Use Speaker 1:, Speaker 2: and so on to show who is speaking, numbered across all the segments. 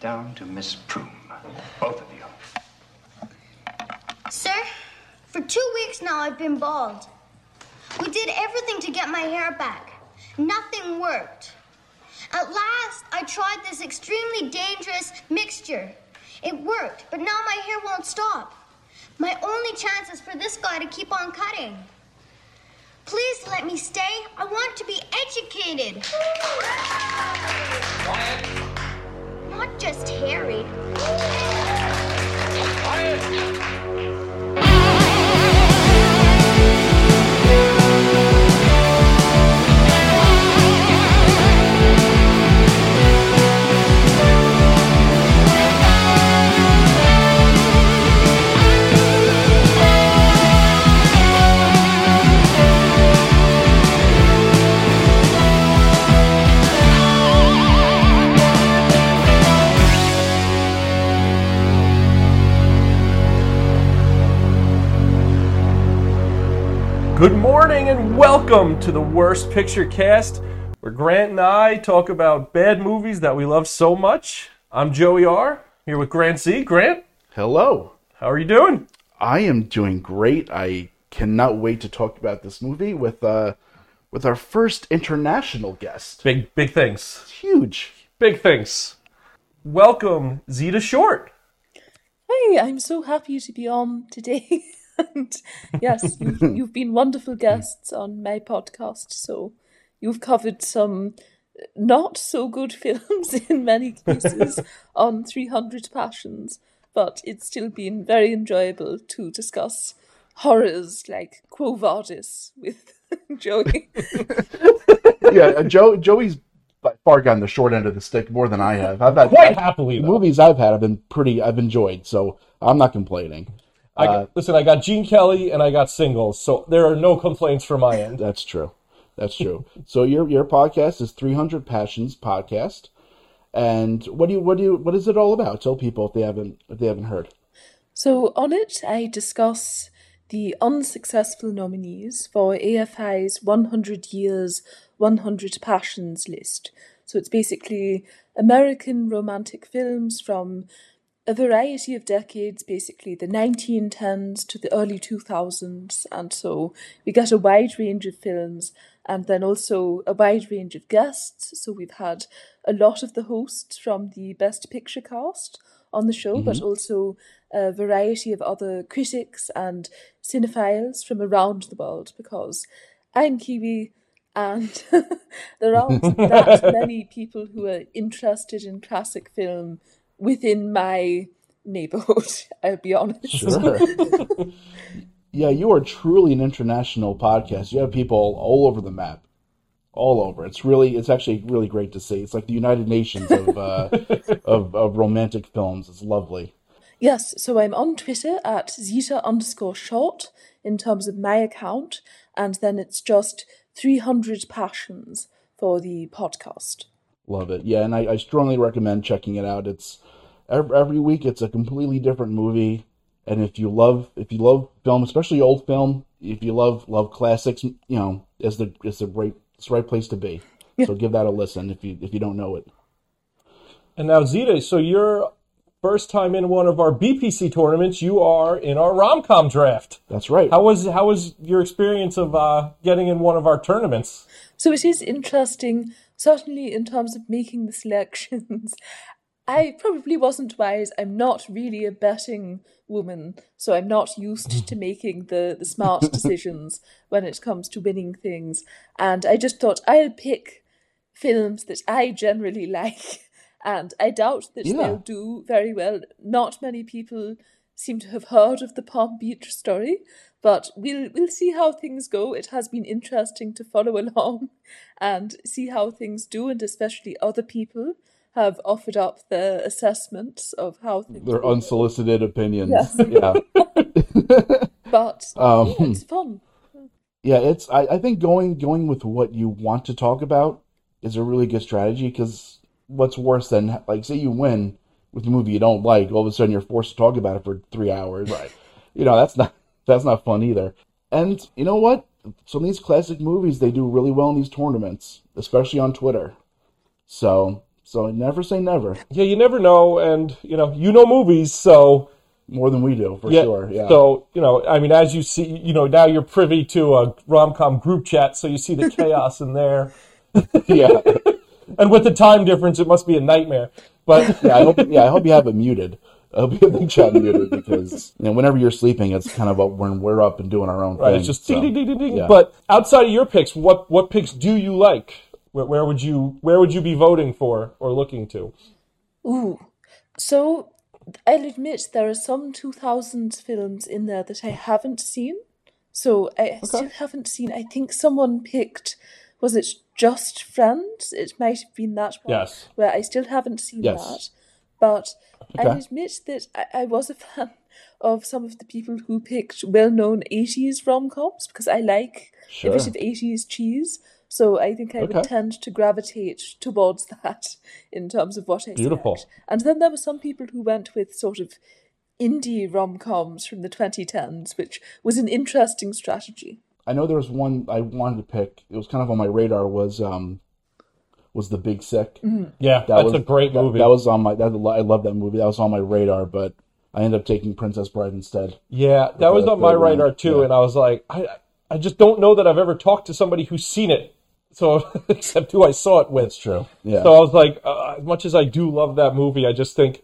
Speaker 1: down to Miss Prune. Both of you.
Speaker 2: Sir, for two weeks now I've been bald. We did everything to get my hair back. Nothing worked. At last, I tried this extremely dangerous mixture. It worked, but now my hair won't stop. My only chance is for this guy to keep on cutting. Please let me stay. I want to be educated.
Speaker 3: Quiet!
Speaker 2: Not just harried.
Speaker 3: Quiet!
Speaker 4: Good morning and welcome to the Worst Picture Cast, where Grant and I talk about bad movies that we love so much. I'm Joey R. Here with Grant Z. Grant,
Speaker 5: Hello.
Speaker 4: how are you doing?
Speaker 5: I am doing great. I cannot wait to talk about this movie with uh with our first international guest.
Speaker 4: Big, big things.
Speaker 5: It's huge.
Speaker 4: Big things. Welcome, Zeta Short.
Speaker 6: Hey, I'm so happy to be on today. and yes, you, you've been wonderful guests on my podcast. So you've covered some not so good films in many cases on 300 Passions, but it's still been very enjoyable to discuss horrors like Quo Vadis with Joey.
Speaker 5: Yeah, uh, Joe Joey's by far gotten the short end of the stick more than I have. I've had
Speaker 7: quite
Speaker 5: I've-
Speaker 7: happily.
Speaker 5: the
Speaker 7: Though.
Speaker 5: movies I've had have been pretty I've enjoyed, so I'm not complaining.
Speaker 7: I
Speaker 4: Uh,
Speaker 7: got, listen, I got Gene Kelly and I got singles, so there are no complaints from my end.
Speaker 5: That's true. That's true. so your your podcast is 300 Passions podcast. And what do you what do you what is it all about? Tell people if they haven't if they haven't heard.
Speaker 6: So, on it, I discuss the unsuccessful nominees for AFI's 100 Years, 100 Passions list. So, it's basically American romantic films from a variety of decades, basically the 1910s to the early 2000s. And so, we get a wide range of films and then also a wide range of guests. So, we've had a lot of the hosts from the Best Picture cast on the show, but also a variety of other critics and cinephiles from around the world because I'm Kiwi and there aren't that many people who are interested in classic film within my neighborhood, I'll be honest.
Speaker 5: Sure. yeah, you are truly an international podcast. You have people all over the map, all over. It's really, it's actually really great to see. It's like the United Nations of uh, of, of romantic films. It's lovely.
Speaker 6: Yes, so I'm on Twitter at Zeta underscore short in terms of my account, and then it's just 300 passions for the podcast.
Speaker 5: Love it. Yeah, and I, I strongly recommend checking it out. It's every, every week. It's a completely different movie, and if you love if you love film, especially old film, if you love love classics, you know, it's the it's the right it's the right place to be. So give that a listen if you if you don't know it.
Speaker 7: And now Zeta, so your first time in one of our BPC tournaments, you are in our rom com draft.
Speaker 5: That's right.
Speaker 7: How was how was your experience of uh, getting in one of our tournaments?
Speaker 6: So it is interesting, certainly in terms of making the selections. I probably wasn't wise. I'm not really a betting woman, so I'm not used to making the, the smart decisions when it comes to winning things. And I just thought I'll pick films that I generally like, and I doubt that
Speaker 5: Yeah.
Speaker 6: they'll do very well. Not many people seem to have heard of the Palm Beach story, but we'll we'll see how things go. It has been interesting to follow along and see how things do, and especially other people have offered up their assessments of how things.
Speaker 5: their unsolicited opinions.
Speaker 6: Yes.
Speaker 5: Yeah,
Speaker 6: But
Speaker 5: Um,
Speaker 6: yeah, it's fun.
Speaker 5: yeah. It's I, I think going going with what you want to talk about is a really good strategy because what's worse than like say you win with a movie you don't like, all of a sudden you're forced to talk about it for three hours. Right. You know that's not that's not fun either. And you know what? Some of these classic movies they do really well in these tournaments, especially on Twitter. So So never say never.
Speaker 7: Yeah, you never know, and you know, you know movies, so
Speaker 5: More than we do, for
Speaker 7: yeah.
Speaker 5: sure. Yeah.
Speaker 7: So you know, I mean, as you see, you know, now you're privy to a rom com group chat, so you see the chaos in there,
Speaker 5: yeah.
Speaker 7: and with the time difference, it must be a nightmare. But
Speaker 5: Yeah, I hope yeah, I hope you have it muted. I hope you have the chat muted because you know, whenever you're sleeping it's kind of up when we're up and doing our own
Speaker 7: right,
Speaker 5: thing.
Speaker 7: it's just
Speaker 5: so.
Speaker 7: ding ding ding ding ding.
Speaker 5: yeah.
Speaker 7: But outside of your picks, what what picks do you like? Where, where would you where would you be voting for or looking to?
Speaker 6: Ooh. So I'll admit there are some 2000 films in there that I haven't seen. So I still haven't seen. I think someone picked, was it Just Friends? It might have been that one.
Speaker 7: Yes.
Speaker 6: Where I still haven't seen
Speaker 5: Yes.
Speaker 6: that. But I'll
Speaker 5: Okay.
Speaker 6: admit that I, I was a fan of some of the people who picked well known 80s rom coms because I like a bit
Speaker 5: Sure.
Speaker 6: of 80s cheese. So I think I would
Speaker 5: Okay.
Speaker 6: tend to gravitate towards that in terms of what I
Speaker 7: Beautiful.
Speaker 6: expect. And then there were some people who went with sort of indie rom coms from the 2010s, which was an interesting strategy.
Speaker 5: I know there was one I wanted to pick. It was kind of on my radar. Was um, was the Big Sick?
Speaker 7: Yeah, that's
Speaker 5: was
Speaker 7: a great
Speaker 5: that-
Speaker 7: movie.
Speaker 5: That, was on my. That, I love that movie. That was on my radar, but I ended up taking Princess Bride instead.
Speaker 7: Yeah, that was
Speaker 5: the
Speaker 7: on my
Speaker 5: third one,
Speaker 7: radar too,
Speaker 5: yeah.
Speaker 7: and I was like, I, I just don't know that I've ever talked to somebody who's seen it. So except who I saw it with.
Speaker 5: true. Yeah.
Speaker 7: So I was like, uh, as much as I do love that movie, I just think,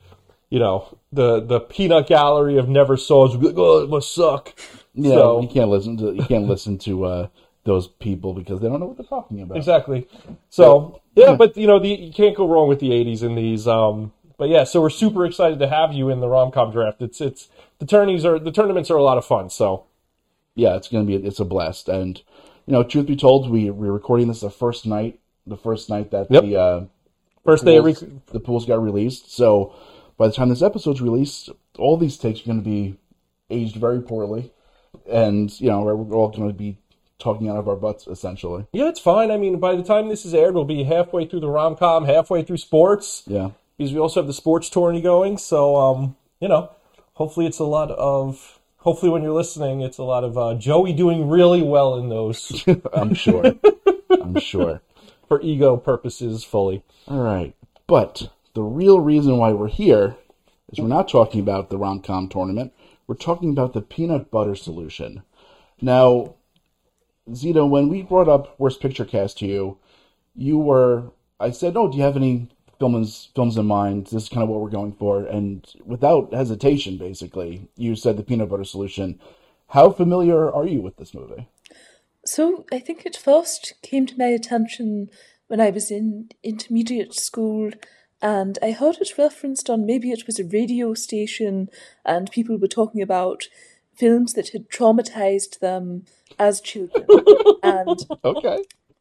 Speaker 7: you know, the the peanut gallery of never saws would be like, oh, it must suck.
Speaker 5: yeah,
Speaker 7: so-
Speaker 5: you can't listen to you can't listen to uh, those people because they don't know what they're talking about.
Speaker 7: Exactly. So yeah, but you know, the you can't go wrong with the '80s in these. Um, but yeah, so we're super excited to have you in the rom com draft. It's it's the tourneys are the tournaments are a lot of fun. So
Speaker 5: yeah, it's gonna be it's a blast. And you know, truth be told, we we're recording this the first night, the first night that
Speaker 7: Yep.
Speaker 5: the uh,
Speaker 7: first day of
Speaker 5: pools-
Speaker 7: rec-
Speaker 5: the pools got released. So by the time this episode's released, all these takes are going to be aged very poorly, and you know we're, we're all going to be talking out of our butts essentially.
Speaker 7: Yeah, it's fine. I mean, by the time this is aired, we'll be halfway through the rom com, halfway through sports,
Speaker 5: Yeah,
Speaker 7: because we also have the sports tourney going. So, um, you know, hopefully it's a lot of. Hopefully, when you're listening, it's a lot of uh, Joey doing really well in those
Speaker 5: I'm sure. I'm sure.
Speaker 7: for ego purposes fully.
Speaker 5: All right, but the real reason why we're here is we're not talking about the rom com tournament. We're talking about the peanut butter solution. Now, Zito, when we brought up Worst Picture Cast to you, you were I said, "Oh, do you have any films films in mind? This is kind of what we're going for." And without hesitation, basically, you said the peanut butter solution. How familiar are you with this movie?
Speaker 6: So I think it first came to my attention when I was in intermediate school, and I heard it referenced on maybe it was a radio station, and people were talking about films that had traumatized them as children. and
Speaker 5: Okay.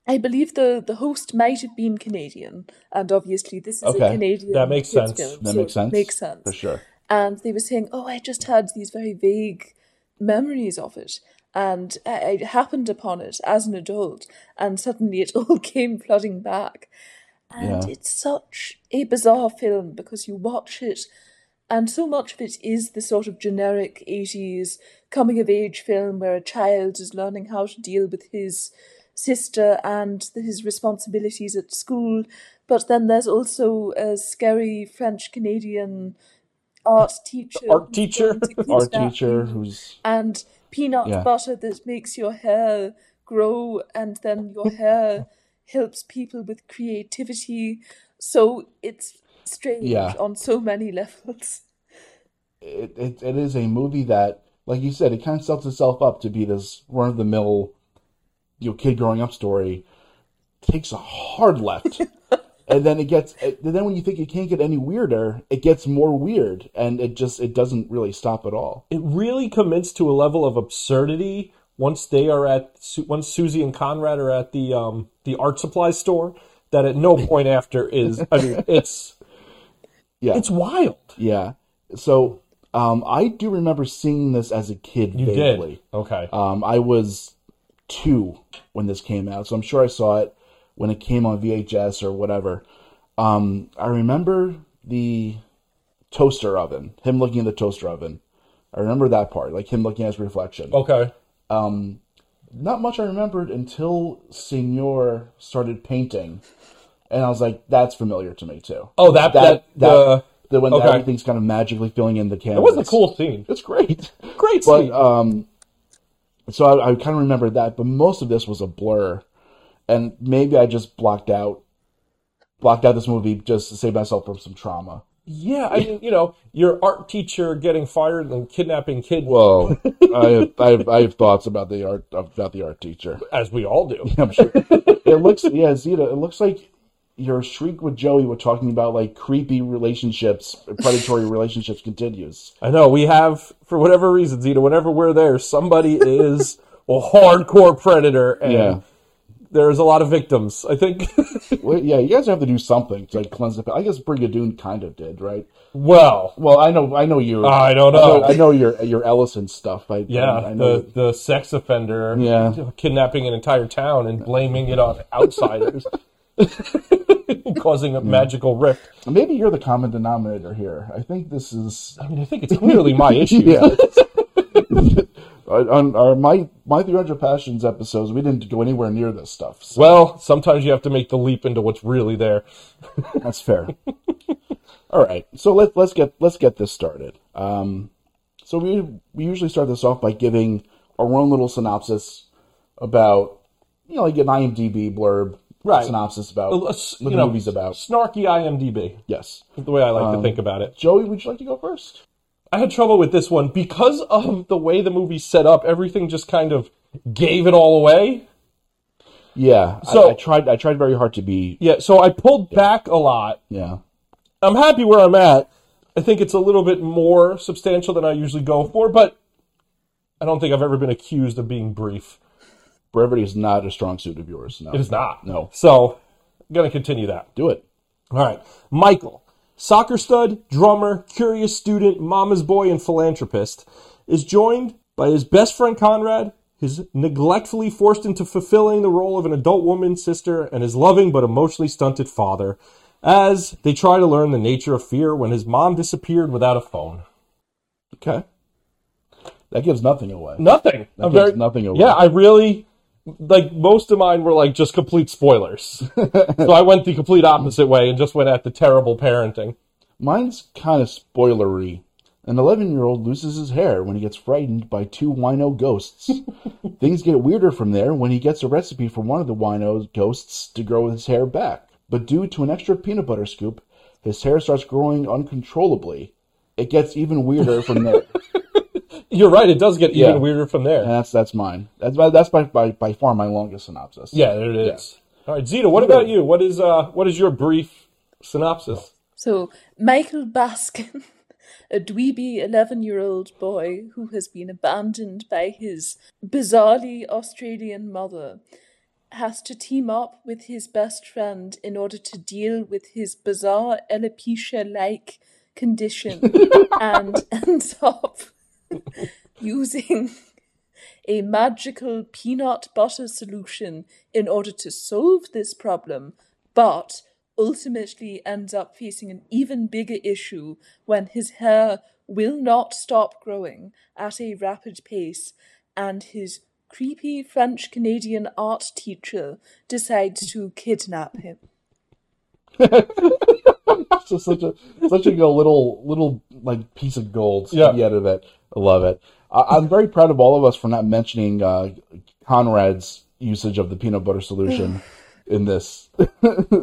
Speaker 6: I believe the, the host might have been Canadian, and obviously this is a
Speaker 5: Okay,
Speaker 6: Canadian.
Speaker 7: that makes
Speaker 6: kids'
Speaker 7: sense.
Speaker 6: film,
Speaker 5: That
Speaker 6: so
Speaker 5: makes
Speaker 6: it
Speaker 5: sense.
Speaker 6: Makes sense
Speaker 5: For sure.
Speaker 6: and they were saying, "Oh, I just had these very vague memories of it." And I I happened upon it as an adult, and suddenly it all came flooding back. And
Speaker 5: Yeah.
Speaker 6: it's such a bizarre film because you watch it, and so much of it is the sort of generic 80s coming of age film where a child is learning how to deal with his sister and the, his responsibilities at school. But then there's also a scary French Canadian art teacher.
Speaker 7: Art
Speaker 6: who's
Speaker 7: teacher.
Speaker 6: going to kidnap
Speaker 5: Our teacher,
Speaker 6: you
Speaker 5: who's
Speaker 6: and peanut
Speaker 5: Yeah.
Speaker 6: butter that makes your hair grow and then your hair helps people with creativity so it's strange
Speaker 5: Yeah.
Speaker 6: on so many levels
Speaker 5: it, it, it is a movie that, like you said, it kind of sets itself up to be this run of the mill, you know, kid growing up story. Takes a hard left, and then it gets. And then when you think it can't get any weirder, it gets more weird, and it just it doesn't really stop at all.
Speaker 7: It really commits to a level of absurdity once they are at Su- once Susie and Conrad are at the um, the art supply store. That at no point after is. I mean, it's
Speaker 5: Yeah,
Speaker 7: it's wild.
Speaker 5: yeah. So, um, I do remember seeing this as a kid
Speaker 7: You
Speaker 5: vaguely.
Speaker 7: did. Okay.
Speaker 5: Um, I was two when this came out, so I'm sure I saw it when it came on VHS or whatever. Um, I remember the toaster oven, him looking at the toaster oven. I remember that part, like him looking at his reflection.
Speaker 7: okay.
Speaker 5: Not much I remembered until Senor started painting and I was like, that's familiar to me too.
Speaker 7: Oh, that- that- the-
Speaker 5: the when
Speaker 7: okay.
Speaker 5: everything's kind of magically filling in the canvas.
Speaker 7: That was a cool scene. uh,
Speaker 5: It's great.
Speaker 7: Great
Speaker 5: But
Speaker 7: scene.
Speaker 5: um, so I, I kind of remember that, but most of this was a blur, and maybe I just blocked out, blocked out this movie just to save myself from some trauma.
Speaker 7: yeah, I mean, you know, your art teacher getting fired and kidnapping kids,
Speaker 5: Whoa, I have, I have, I have thoughts about the art about the art teacher.
Speaker 7: as we all do.
Speaker 5: I'm sure. it looks yeah, Zeta. It looks like your shriek with Joey were talking about like creepy relationships, predatory relationships continues.
Speaker 7: I know we have, for whatever reason, Zeta. Whenever we're there, somebody is a hardcore predator, and
Speaker 5: Yeah.
Speaker 7: there's a lot of victims. I think.
Speaker 5: Well, yeah, you guys have to do something to like cleanse the. I guess Brigadoon kind of did, right?
Speaker 7: well,
Speaker 5: Well, I know, I know your.
Speaker 7: Ah, I don't
Speaker 5: I
Speaker 7: know.
Speaker 5: know, I know your your Ellison stuff. I,
Speaker 7: yeah,
Speaker 5: I know.
Speaker 7: the the sex offender,
Speaker 5: Yeah.
Speaker 7: kidnapping an entire town and blaming it on outsiders, causing a magical rift.
Speaker 5: Maybe you're the common denominator here. I think this is.
Speaker 7: I mean, I think it's clearly my issue.
Speaker 5: Yeah. on, on our my my 300 passions episodes, we didn't go anywhere near this stuff. So
Speaker 7: Well, sometimes you have to make the leap into what's really there.
Speaker 5: that's fair. All right, so let's let's get let's get this started. Um, so we we usually start this off by giving our own little synopsis about you know like an IMDb blurb
Speaker 7: Right.
Speaker 5: synopsis about
Speaker 7: A- a
Speaker 5: what
Speaker 7: s-
Speaker 5: the
Speaker 7: Uh, you know,
Speaker 5: movie's about. Um,
Speaker 7: snarky IMDb.
Speaker 5: Yes,
Speaker 7: is The way I like to think about it.
Speaker 5: Joey, would you like to go first?
Speaker 7: I had trouble with this one because of the way the movie's set up. Everything just kind of gave it all away.
Speaker 5: Yeah.
Speaker 7: So-
Speaker 5: I, I tried. I tried very hard to be.
Speaker 7: Yeah, so I pulled back a lot.
Speaker 5: Yeah.
Speaker 7: I'm happy where I'm at. I think it's a little bit more substantial than I usually go for, but I don't think I've ever been accused of being brief.
Speaker 5: Brevity is not a strong suit of yours. No.
Speaker 7: It is not.
Speaker 5: No.
Speaker 7: So, I'm going to continue that.
Speaker 5: Do it.
Speaker 7: All right. Michael, soccer stud, drummer, curious student, mama's boy, and philanthropist, is joined by his best friend Conrad, his neglectfully forced into fulfilling the role of an adult woman, sister, and his loving but emotionally stunted father, as they try to learn the nature of fear when his mom disappeared without a phone.
Speaker 5: Okay. That gives nothing away.
Speaker 7: Nothing. I'm
Speaker 5: gives nothing away.
Speaker 7: Yeah, I really like most of mine were like just complete spoilers. so I went the complete opposite way and just went at the terrible parenting.
Speaker 5: Mine's kind of spoilery. An 11 year old loses his hair when he gets frightened by two wino ghosts. Things get weirder from there when he gets a recipe from one of the wino ghosts to grow his hair back. But due to an extra peanut butter scoop, his hair starts growing uncontrollably. It gets even weirder from there.
Speaker 7: You're right. It does get even
Speaker 5: Yeah.
Speaker 7: weirder from there.
Speaker 5: And that's that's mine. That's by, that's by, by by far my longest synopsis.
Speaker 7: yeah, there it is. All right, Zita. What about you? What is uh what is your brief synopsis?
Speaker 6: So, Michael Baskin, a dweeby 11 year old boy who has been abandoned by his bizarrely Australian mother, has to team up with his best friend in order to deal with his bizarre alopecia like condition and ends up using a magical peanut butter solution in order to solve this problem, but ultimately ends up facing an even bigger issue when his hair will not stop growing at a rapid pace and his creepy French Canadian art teacher decides to kidnap him.
Speaker 5: So such a such a little little like piece of gold
Speaker 7: Yeah.
Speaker 5: at the end of it. I love it. I, I'm very proud of all of us for not mentioning uh, Conrad's usage of the peanut butter solution in this.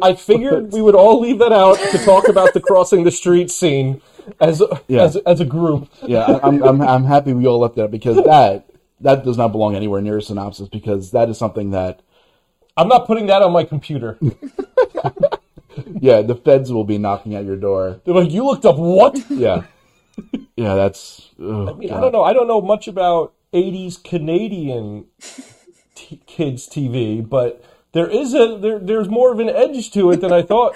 Speaker 7: I figured we would all leave that out to talk about the crossing the street scene as
Speaker 5: Yeah.
Speaker 7: as as a group.
Speaker 5: Yeah, I, I'm, I'm I'm happy we all left that because that that does not belong anywhere near a synopsis because that is something that
Speaker 7: I'm not putting that on my computer.
Speaker 5: yeah the feds will be knocking at your door.
Speaker 7: They're like, you looked up what?
Speaker 5: Yeah, yeah, that's. ugh,
Speaker 7: I mean, I
Speaker 5: God.
Speaker 7: don't know. I don't know much about 80s Canadian t- kids TV, but there is a there there's more of an edge to it than I thought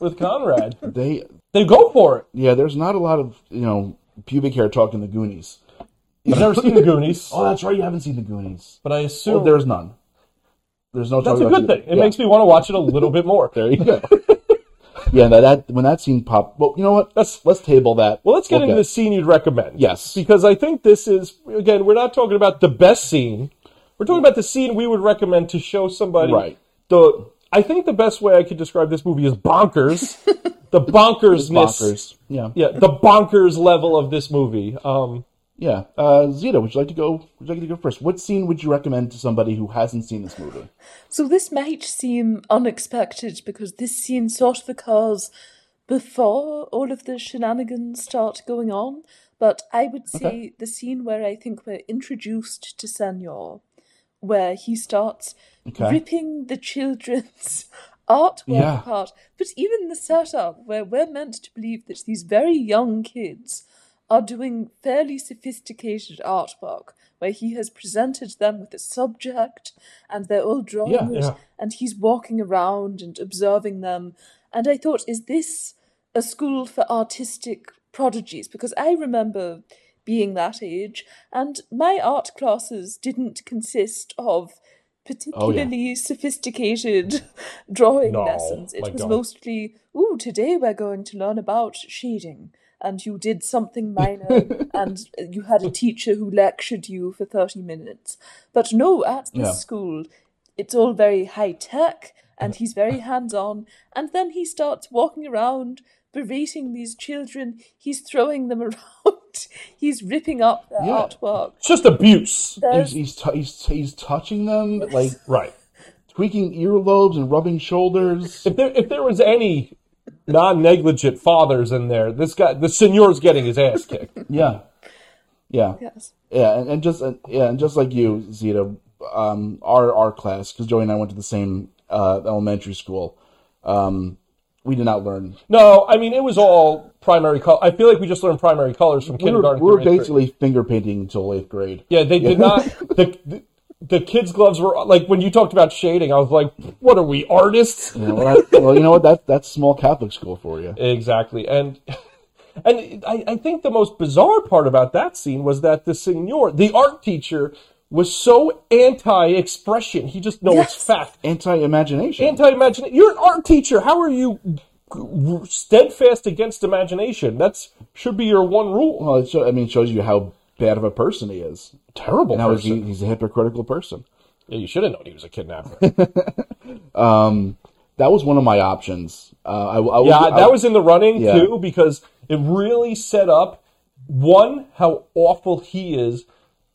Speaker 7: with Conrad.
Speaker 5: They
Speaker 7: They go for it.
Speaker 5: yeah, there's not a lot of you know pubic hair talk in the Goonies.
Speaker 7: I've never seen the Goonies,
Speaker 5: Oh, that's right. You haven't seen the Goonies.
Speaker 7: but I
Speaker 5: Oh,
Speaker 7: assume
Speaker 5: there's none. There's no.
Speaker 7: that's
Speaker 5: talk
Speaker 7: a
Speaker 5: about
Speaker 7: good
Speaker 5: you.
Speaker 7: thing. It makes me want to watch it a little bit more.
Speaker 5: There you go. yeah, that, that when that scene popped. Well, you know what?
Speaker 7: That's-
Speaker 5: let's table that.
Speaker 7: Well, let's get into
Speaker 5: Okay.
Speaker 7: the scene you'd recommend.
Speaker 5: Yes.
Speaker 7: because I think this is again we're not talking about the best scene. We're talking about the scene we would recommend to show somebody
Speaker 5: Right.
Speaker 7: the I think the best way I could describe this movie is bonkers. the bonkersness.
Speaker 5: Bonkers. Yeah.
Speaker 7: Yeah, the bonkers level of this movie. Um,
Speaker 5: Yeah. Uh, Zita, would you like to go? Would you like to go first? What scene would you recommend to somebody who hasn't seen this movie?
Speaker 6: So this might seem unexpected because this scene sort of occurs before all of the shenanigans start going on. But I would say the scene where I think we're introduced to Senor, where he starts
Speaker 5: Okay.
Speaker 6: ripping the children's artwork
Speaker 5: Yeah.
Speaker 6: apart. But even the setup where we're meant to believe that these very young kids are doing fairly sophisticated artwork, where he has presented them with a subject and they're all drawing
Speaker 5: Yeah,
Speaker 6: it,
Speaker 7: yeah.
Speaker 6: and he's walking around and observing them. And I thought, is this a school for artistic prodigies? Because I remember being that age, and my art classes didn't consist of particularly sophisticated drawing
Speaker 7: No,
Speaker 6: lessons. It
Speaker 7: like,
Speaker 6: was
Speaker 7: don't.
Speaker 6: mostly, ooh, today we're going to learn about shading. And you did something minor, and you had a teacher who lectured you for 30 minutes. But no, at this
Speaker 5: Yeah.
Speaker 6: school, it's all very high tech, and he's very hands on. And then he starts walking around berating these children. He's throwing them around, he's ripping up their
Speaker 5: Yeah.
Speaker 6: artwork.
Speaker 7: it's just abuse.
Speaker 5: He's
Speaker 6: There's
Speaker 5: he's, t- he's he's touching them like
Speaker 7: Right.
Speaker 5: tweaking earlobes and rubbing shoulders.
Speaker 7: If there if there was any non negligent fathers in there, this guy the senor's getting his ass kicked.
Speaker 5: Yeah. Yeah.
Speaker 6: yes.
Speaker 5: Yeah, and, and just and, yeah, and just like you, Zita, um, our our class because Joey and I went to the same uh, elementary school. Um, we did not learn.
Speaker 7: No, I mean it was all primary color. I feel like we just learned primary colors from
Speaker 5: We were,
Speaker 7: kindergarten.
Speaker 5: we
Speaker 7: through
Speaker 5: were
Speaker 7: eighth grade.
Speaker 5: basically finger painting until eighth grade.
Speaker 7: Yeah, they did not. The, the the kids' gloves were like when you talked about shading. I was like, "What are we artists?"
Speaker 5: You know, well, that- well, you know what? That that's small Catholic school for you.
Speaker 7: Exactly, and and I, I think the most bizarre part about that scene was that the signor, the art teacher, was so anti-expression. He just no, it's
Speaker 6: Yes.
Speaker 7: fact.
Speaker 5: Anti imagination.
Speaker 7: Anti-imagination. You're an art teacher. How are you steadfast against imagination? That's should be your one rule.
Speaker 5: well, it show, I mean, it shows you how bad of a person he is.
Speaker 7: Terrible
Speaker 5: And how he's,
Speaker 7: person.
Speaker 5: he's a hypocritical person.
Speaker 7: Yeah, you should have known he was a kidnapper.
Speaker 5: That was one of my options. Uh, I, I was,
Speaker 7: Yeah,
Speaker 5: I-
Speaker 7: that was in the running
Speaker 5: Yeah.
Speaker 7: too because it really set up one how awful he is,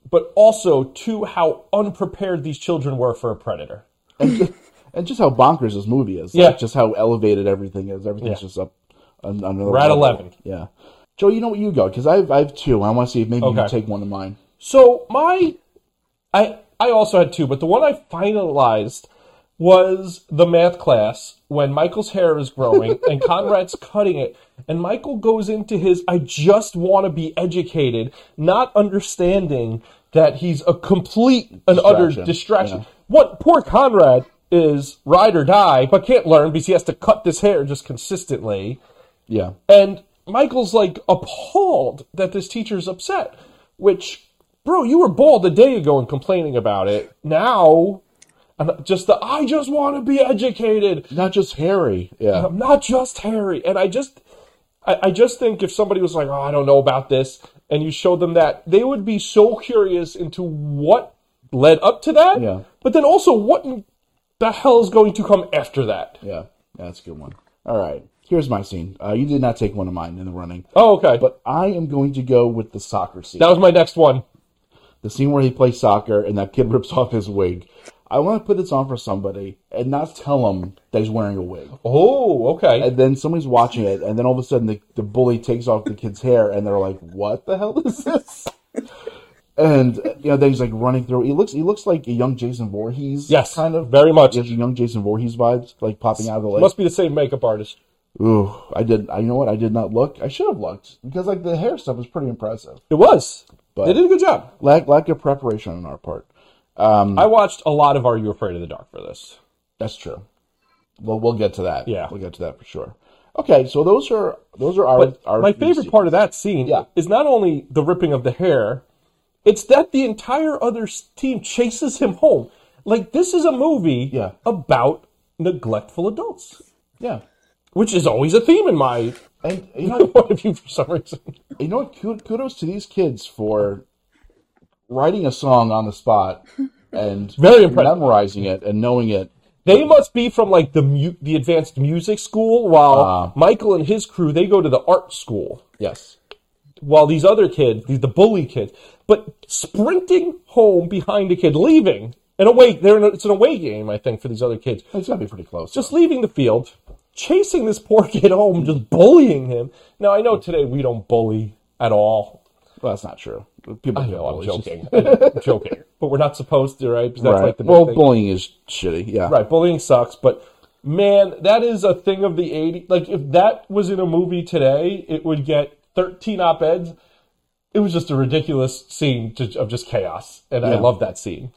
Speaker 7: but also two how unprepared these children were for a predator.
Speaker 5: and just how bonkers this movie is.
Speaker 7: Yeah.
Speaker 5: Like, just how elevated everything is. Everything's
Speaker 7: Yeah.
Speaker 5: just up on, on another
Speaker 7: We're at
Speaker 5: level.
Speaker 7: 11.
Speaker 5: Yeah. Joe, you know what you go because I've I've two. I want to see if maybe you
Speaker 7: Okay.
Speaker 5: can take one of mine.
Speaker 7: So my, I I also had two, but the one I finalized was the math class when Michael's hair is growing and Conrad's cutting it, and Michael goes into his I just want to be educated, not understanding that he's a complete and utter
Speaker 5: Distraction,
Speaker 7: distraction.
Speaker 5: yeah.
Speaker 7: What poor Conrad is ride or die, but can't learn because he has to cut this hair just consistently.
Speaker 5: Yeah.
Speaker 7: And Michael's like appalled that this teacher's upset, which, bro, you were bald a day ago and complaining about it. Now, and just the I just want to be educated.
Speaker 5: Not just Harry. Yeah.
Speaker 7: I'm not just Harry. And I just, I, I just think if somebody was like, oh, I don't know about this, and you showed them that, they would be so curious into what led up to that.
Speaker 5: Yeah.
Speaker 7: But then also, what in the hell is going to come after that?
Speaker 5: Yeah. That's a good one. All right. Here's my scene. Uh, you did not take one of mine in the running,
Speaker 7: Oh, okay. But
Speaker 5: but I am going to go with the soccer scene.
Speaker 7: that was my next one.
Speaker 5: the scene where he plays soccer and that kid rips off his wig. I want to put this on for somebody and not tell him that he's wearing a wig.
Speaker 7: Oh, okay.
Speaker 5: And then somebody's watching it, and then all of a sudden the, the bully takes off the kid's hair, and they're like, "What the hell is this?" And you know, then he's like running through. He looks, he looks like a young Jason Voorhees.
Speaker 7: Yes,
Speaker 5: kind of
Speaker 7: very much.
Speaker 5: He has a young Jason Voorhees vibes, like popping out of the lake.
Speaker 7: Must be the same makeup artist.
Speaker 5: Ooh, I did. I you know what? I did not look. I should have looked because like the hair stuff was pretty impressive.
Speaker 7: It was.
Speaker 5: But-
Speaker 7: they did a good job.
Speaker 5: Lack lack of preparation on our part. Mm.
Speaker 7: I watched a lot of Are You Afraid of the Dark for this.
Speaker 5: That's true. Well, we'll get to that.
Speaker 7: Yeah.
Speaker 5: we'll get to that for sure. Okay, so those are those are our
Speaker 7: But
Speaker 5: our
Speaker 7: my favorite part of that scene
Speaker 5: Yeah.
Speaker 7: is not only the ripping of the hair, it's that the entire other s- team chases him home. Like this is a movie
Speaker 5: Yeah.
Speaker 7: about neglectful adults,
Speaker 5: Yeah,
Speaker 7: which is always a theme in my
Speaker 5: and you know
Speaker 7: point of view for some reason.
Speaker 5: you know what? Kud- Kudos to these kids for writing a song on the spot and
Speaker 7: Very impressive.
Speaker 5: memorizing it and knowing it.
Speaker 7: They must be from like the mu- the advanced music school, while
Speaker 5: Ah.
Speaker 7: Michael and his crew they go to the art school.
Speaker 5: Yes.
Speaker 7: While these other kids, these the bully kids, but sprinting home behind a kid, leaving an away. They're in a, it's an away game, I think, for these other kids.
Speaker 5: It's got to be pretty close.
Speaker 7: Just leaving the field, chasing this poor kid home, just bullying him. Now I know today we don't bully at all.
Speaker 5: well, that's not true. People
Speaker 7: I
Speaker 5: do
Speaker 7: know, I'm
Speaker 5: bully. It's just-
Speaker 7: joking. I'm joking. But we're not supposed to, right? Because that's
Speaker 5: right.
Speaker 7: like the big
Speaker 5: well,
Speaker 7: thing.
Speaker 5: bullying is shitty. Yeah.
Speaker 7: Right, bullying sucks, but man, that is a thing of the 80s. Like, if that was in a movie today, it would get 13 op eds. It was just a ridiculous scene to, of just chaos, and I
Speaker 5: Yeah.
Speaker 7: love that scene.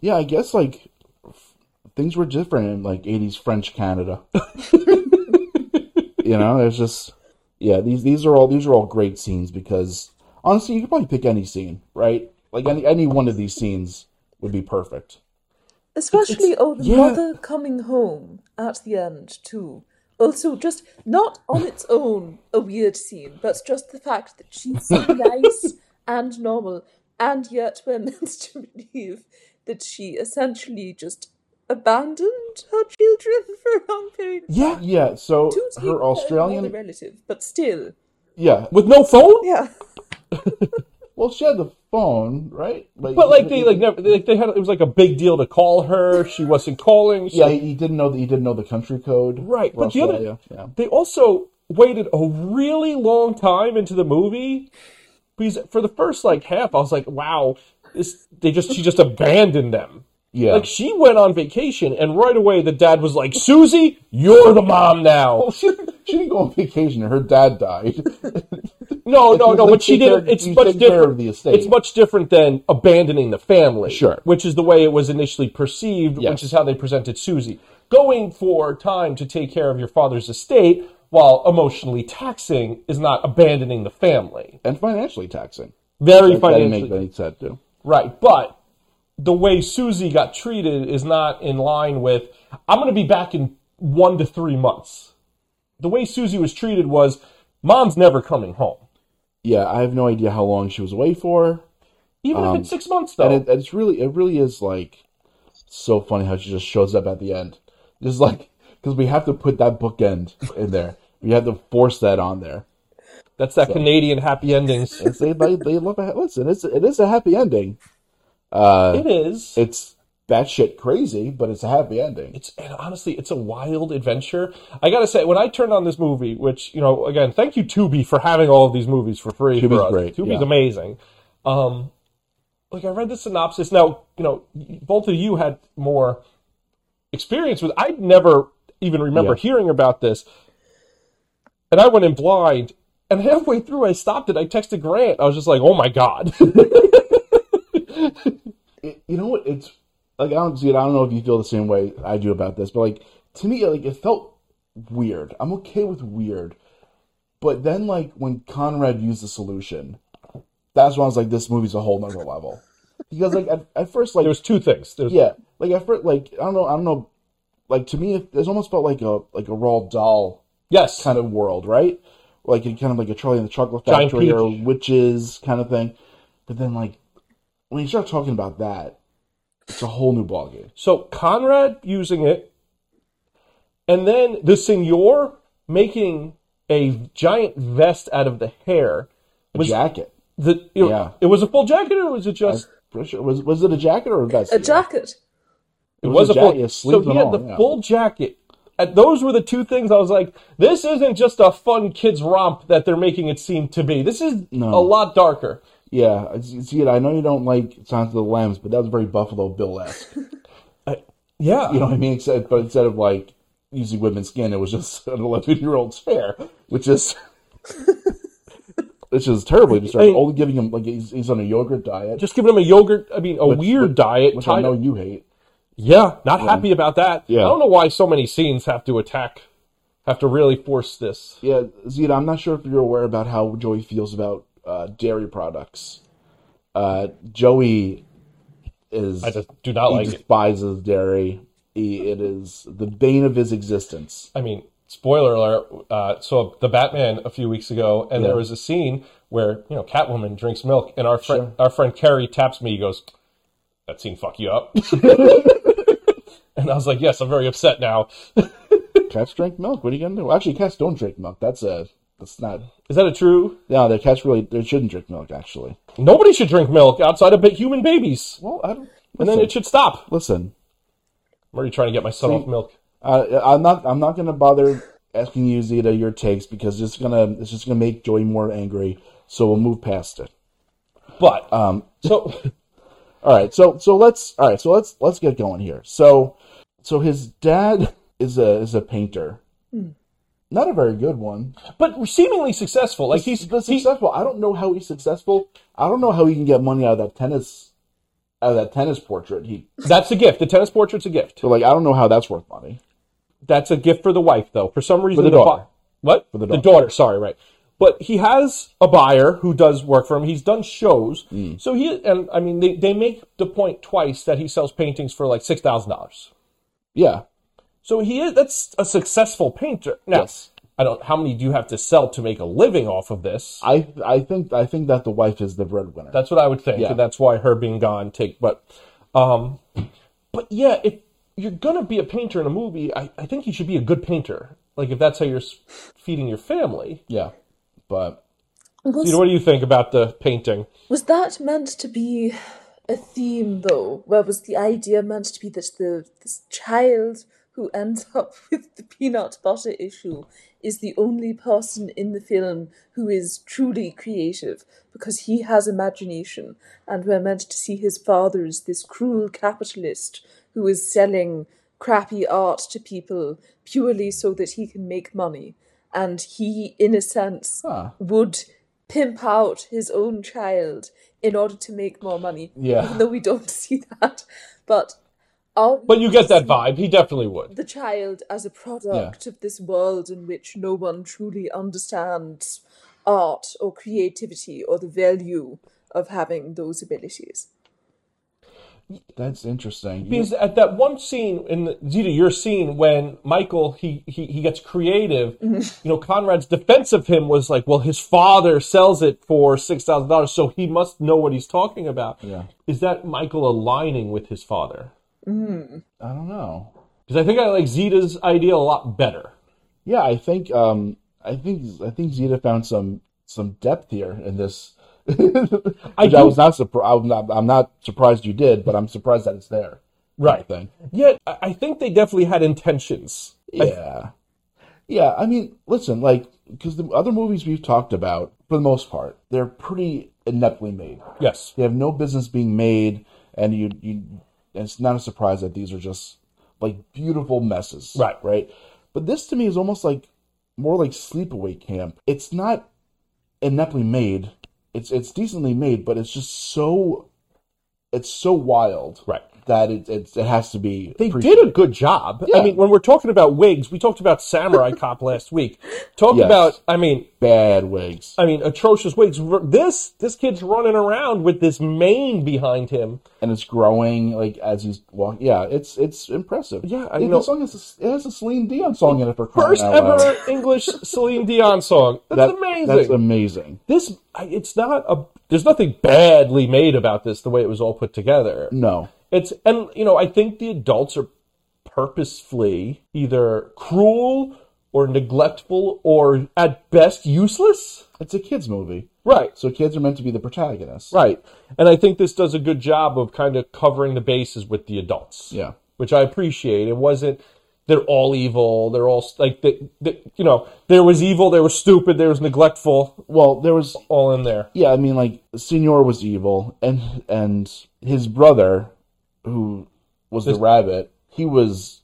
Speaker 5: Yeah, I guess like f- things were different in like '80s French Canada. you know, there's just yeah these these are all these are all great scenes because honestly, you could probably pick any scene, right? Like any any one of these scenes would be perfect.
Speaker 6: Especially, oh, the
Speaker 5: yeah.
Speaker 6: mother coming home at the end, too. Also, just not on its own a weird scene, but just the fact that she's so nice and normal, and yet we're meant to believe that she essentially just abandoned her children for a long period. of
Speaker 5: Yeah, yeah. So
Speaker 6: time to take
Speaker 5: her Australian,
Speaker 6: another relative, but still,
Speaker 5: yeah.
Speaker 7: With no phone?
Speaker 6: yeah.
Speaker 5: Well, she had the phone, right?
Speaker 7: But like they like never like they had it was like a big deal to call her. She wasn't calling. She
Speaker 5: yeah, he didn't know that he didn't know the country code,
Speaker 7: Right,
Speaker 5: for
Speaker 7: but the other
Speaker 5: Australia, yeah.
Speaker 7: they also waited a really long time into the movie because for the first like half I was like, wow, this they just she just abandoned them.
Speaker 5: Yeah.
Speaker 7: Like she went on vacation and right away the dad was like, Susie, you're the mom now.
Speaker 5: Well, she, she didn't go on vacation. Her dad died.
Speaker 7: No, no,
Speaker 5: was
Speaker 7: no,
Speaker 5: like,
Speaker 7: but she
Speaker 5: take care-
Speaker 7: didn't it's
Speaker 5: you
Speaker 7: much
Speaker 5: take care
Speaker 7: different
Speaker 5: of the estate.
Speaker 7: it's much different than abandoning the family.
Speaker 5: Sure.
Speaker 7: Which is the way it was initially perceived, which
Speaker 5: Yes.
Speaker 7: is how they presented Susie. Going for time to take care of your father's estate while emotionally taxing is not abandoning the family.
Speaker 5: and financially taxing.
Speaker 7: Very
Speaker 5: That didn't make
Speaker 7: financially
Speaker 5: any sense too.
Speaker 7: right, but the way Susie got treated is not in line with I'm going to be back in 1 to 3 months. The way Susie was treated was mom's never coming home.
Speaker 5: Yeah, I have no idea how long she was away for,
Speaker 7: Even if it's 6 months though.
Speaker 5: Um, and it, it's really, it really is like so funny how she just shows up at the end, just like because we have to put that bookend in there. We have to force that on there.
Speaker 7: That's that Canadian happy endings.
Speaker 5: It's, they, they, they love a listen. It's it is a happy ending. Uh,
Speaker 7: it is.
Speaker 5: it's batshit crazy, but it's a happy ending.
Speaker 7: It's and honestly, it's a wild adventure. I gotta say, when I turned on this movie, which you know, again, thank you Tubi for having all of these movies for free.
Speaker 5: Tubi's
Speaker 7: for us.
Speaker 5: great,
Speaker 7: Tubi's
Speaker 5: yeah.
Speaker 7: amazing. Um, like I read the synopsis. Now, you know, both of you had more experience with. I never even remember
Speaker 5: Yeah.
Speaker 7: hearing about this, and I went in blind. And halfway through, I stopped it. I texted Grant. I was just like, "Oh my god!"
Speaker 5: it- you know what? It's like I don't see it. I don't know if you feel the same way I do about this, but like to me, like it felt weird. I'm okay with weird, but then like when Conrad used the solution, that's when I was like, this movie's a whole nother level. Because like at, at first, like
Speaker 7: There's two things. There's
Speaker 5: yeah, like at first, like I don't know, I don't know, like to me, it, it almost felt like a like a Roald Dahl
Speaker 7: yes,
Speaker 5: kind of world, right? Like in kind of like a Charlie and the Chocolate
Speaker 7: Giant
Speaker 5: Factory or
Speaker 7: peach.
Speaker 5: witches kind of thing. But then like when you start talking about that, it's a whole new ballgame.
Speaker 7: So Conrad using it, and then the Signor making a giant vest out of the hair.
Speaker 5: A
Speaker 7: Was
Speaker 5: jacket.
Speaker 7: the it,
Speaker 5: Yeah.
Speaker 7: it was a full jacket, or was it just?
Speaker 5: Pretty sure- Was was it a jacket or a vest?
Speaker 6: A jacket.
Speaker 7: it
Speaker 5: was
Speaker 7: was
Speaker 5: a
Speaker 7: a full.
Speaker 5: jacket,
Speaker 7: so
Speaker 5: sleeves
Speaker 7: he
Speaker 5: and
Speaker 7: had
Speaker 5: all,
Speaker 7: the
Speaker 5: yeah.
Speaker 7: full jacket. And those were the two things I was like, this isn't just a fun kids romp that they're making it seem to be. This is a lot darker.
Speaker 5: Yeah. I See, see, I know you don't like Signs of the Lambs, but that was very Buffalo Bill esque. You
Speaker 7: Yeah.
Speaker 5: know what I mean? Except, but instead of like using women's skin, it was just an eleven year old's hair, which is. Which is terribly disturbing.
Speaker 7: Hey.
Speaker 5: Only giving him like he's, he's on a yogurt diet,
Speaker 7: just giving him a yogurt, I mean, a weird diet.
Speaker 5: which I
Speaker 7: tied-
Speaker 5: know you hate.
Speaker 7: Yeah, not happy about that.
Speaker 5: Yeah.
Speaker 7: I don't know why so many scenes have to attack, have to really force this.
Speaker 5: Yeah, Zita, I'm not sure if you're aware about how Joey feels about uh, dairy products. Uh, Joey is
Speaker 7: I just do not
Speaker 5: he
Speaker 7: like it.
Speaker 5: despises dairy. He, it is the bane of his existence.
Speaker 7: I mean, spoiler alert. Uh, so the Batman a few weeks ago, and there was a scene where you know Catwoman drinks milk, and our friend our friend Carrie taps me. He goes, "That scene fuck you up." And I was like, yes, I'm very upset now.
Speaker 5: Cats drink milk. What are you gonna do? Actually, cats don't drink milk. That's a that's not.
Speaker 7: Is that a true?
Speaker 5: No, the cats really they shouldn't drink milk. Actually,
Speaker 7: Nobody should drink milk outside of ba- human babies.
Speaker 5: well, I don't.
Speaker 7: And then it should stop.
Speaker 5: listen.
Speaker 7: I'm already trying to get my son off milk.
Speaker 5: I, I'm not. I'm not gonna bother asking you Zeta your takes because it's gonna it's just gonna make Joey more angry. So we'll move past it.
Speaker 7: But um, so
Speaker 5: All right. So so let's all right. So let's let's get going here. So so his dad is a is a painter. Not a very good one.
Speaker 7: but seemingly successful. Like he's
Speaker 5: but
Speaker 7: he-
Speaker 5: successful. I don't know how he's successful. I don't know how he can get money out of that tennis out of that tennis portrait. He
Speaker 7: that's a gift. The tennis portrait's a gift.
Speaker 5: so like I don't know how that's worth money.
Speaker 7: That's a gift for the wife though. For some reason
Speaker 5: the
Speaker 7: fa-
Speaker 5: daughter.
Speaker 7: what? For
Speaker 5: the
Speaker 7: The
Speaker 5: daughter.
Speaker 7: daughter, sorry, right. But he has a buyer who does work for him. He's done shows.
Speaker 5: Hmm.
Speaker 7: So he and I mean they, they make the point twice that he sells paintings for like six thousand dollars.
Speaker 5: Yeah.
Speaker 7: So he is that's a successful painter. Now,
Speaker 5: Yes.
Speaker 7: I don't how many do you have to sell to make a living off of this?
Speaker 5: I I think I think that the wife is the breadwinner.
Speaker 7: That's what I would think.
Speaker 5: Yeah.
Speaker 7: And that's why her being gone take but um but yeah, if you're gonna be a painter in a movie, I, I think you should be a good painter. Like if that's how you're s- feeding your family.
Speaker 5: yeah. But
Speaker 6: Was,
Speaker 7: You know, what do you think about the painting?
Speaker 6: was that meant to be a theme, though? Where was the idea meant to be that the this child who ends up with the peanut butter issue is the only person in the film who is truly creative because he has imagination, and we're meant to see his father as this cruel capitalist who is selling crappy art to people purely so that he can make money. And he, in a sense,
Speaker 7: Ah.
Speaker 6: would pimp out his own child in order to make more money.
Speaker 5: Yeah.
Speaker 6: Even though we don't see that. But are we
Speaker 7: But you get that
Speaker 6: seeing
Speaker 7: vibe. He definitely would.
Speaker 6: The child as a product of this world in which no one truly understands art or creativity or the value of having those abilities.
Speaker 5: that's interesting.
Speaker 7: Because at that one scene in the, Zita, your scene when Michael he he, he gets creative,
Speaker 5: Mm-hmm.
Speaker 7: you know, Conrad's defense of him was like, well, his father sells it for six thousand dollars, so he must know what he's talking about.
Speaker 5: Yeah.
Speaker 7: Is that Michael aligning with his father?
Speaker 5: I don't know.
Speaker 7: Because I think I like Zita's idea a lot better.
Speaker 5: Yeah, I think um I think I think Zeta found some some depth here in this. I,
Speaker 7: do-
Speaker 5: I was not surprised. I'm not, I'm not surprised you did, but I'm surprised that it's there.
Speaker 7: Right.
Speaker 5: Thing.
Speaker 7: Yet I I think they definitely had intentions.
Speaker 5: Yeah. Yeah, I mean, listen, like, because the other movies we've talked about, for the most part, they're pretty ineptly made.
Speaker 7: Yes.
Speaker 5: They have no business being made, and you, you, and it's not a surprise that these are just like beautiful messes,
Speaker 7: Right.
Speaker 5: Right. But this to me is almost like more like sleepaway camp. It's not ineptly made. It's it's decently made, but it's just so, it's so wild,
Speaker 7: Right.
Speaker 5: That it it, it has to be.
Speaker 7: They did a good job. I
Speaker 5: Yeah.
Speaker 7: mean, when we're talking about wigs, we talked about Samurai Cop last week. Talk
Speaker 5: Yes.
Speaker 7: about, I mean,
Speaker 5: bad wigs.
Speaker 7: I mean, atrocious wigs. R- This this kid's running around with this mane behind him.
Speaker 5: and it's growing like as he's walking. Yeah, it's it's impressive.
Speaker 7: Yeah, I
Speaker 5: It-
Speaker 7: know.
Speaker 5: The song has a, it has a Celine Dion song in it for crying
Speaker 7: First
Speaker 5: out
Speaker 7: ever
Speaker 5: loud.
Speaker 7: English Celine Dion song. That's
Speaker 5: That-
Speaker 7: amazing.
Speaker 5: That's amazing.
Speaker 7: this I- it's not a. There's nothing badly made about this. The way it was all put together.
Speaker 5: No,
Speaker 7: It's and you know I think the adults are purposefully either cruel or neglectful or at best useless.
Speaker 5: it's a kids movie,
Speaker 7: Right.
Speaker 5: so kids are meant to be the protagonists.
Speaker 7: Right. And I think this does a good job of kind of covering the bases with the adults.
Speaker 5: Yeah.
Speaker 7: Which I appreciate. It wasn't they're all evil. They're all like they, they, you know, there was evil, there was stupid, there was neglectful,
Speaker 5: Well, there was
Speaker 7: all in there.
Speaker 5: yeah. I mean, like Senor was evil, and and his brother, who was the rabbit, he was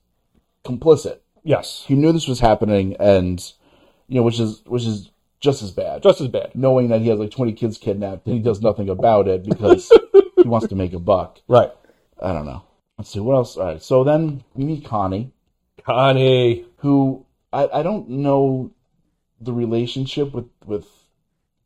Speaker 5: complicit.
Speaker 7: Yes.
Speaker 5: He knew this was happening, and you know, which is which is just as bad.
Speaker 7: Just as bad.
Speaker 5: knowing that he has like 20 kids kidnapped and he does nothing about it because he wants to make a buck.
Speaker 7: Right.
Speaker 5: I don't know. Let's see what else. All right. So then we meet Connie,
Speaker 7: Connie.
Speaker 5: who I, I don't know the relationship with with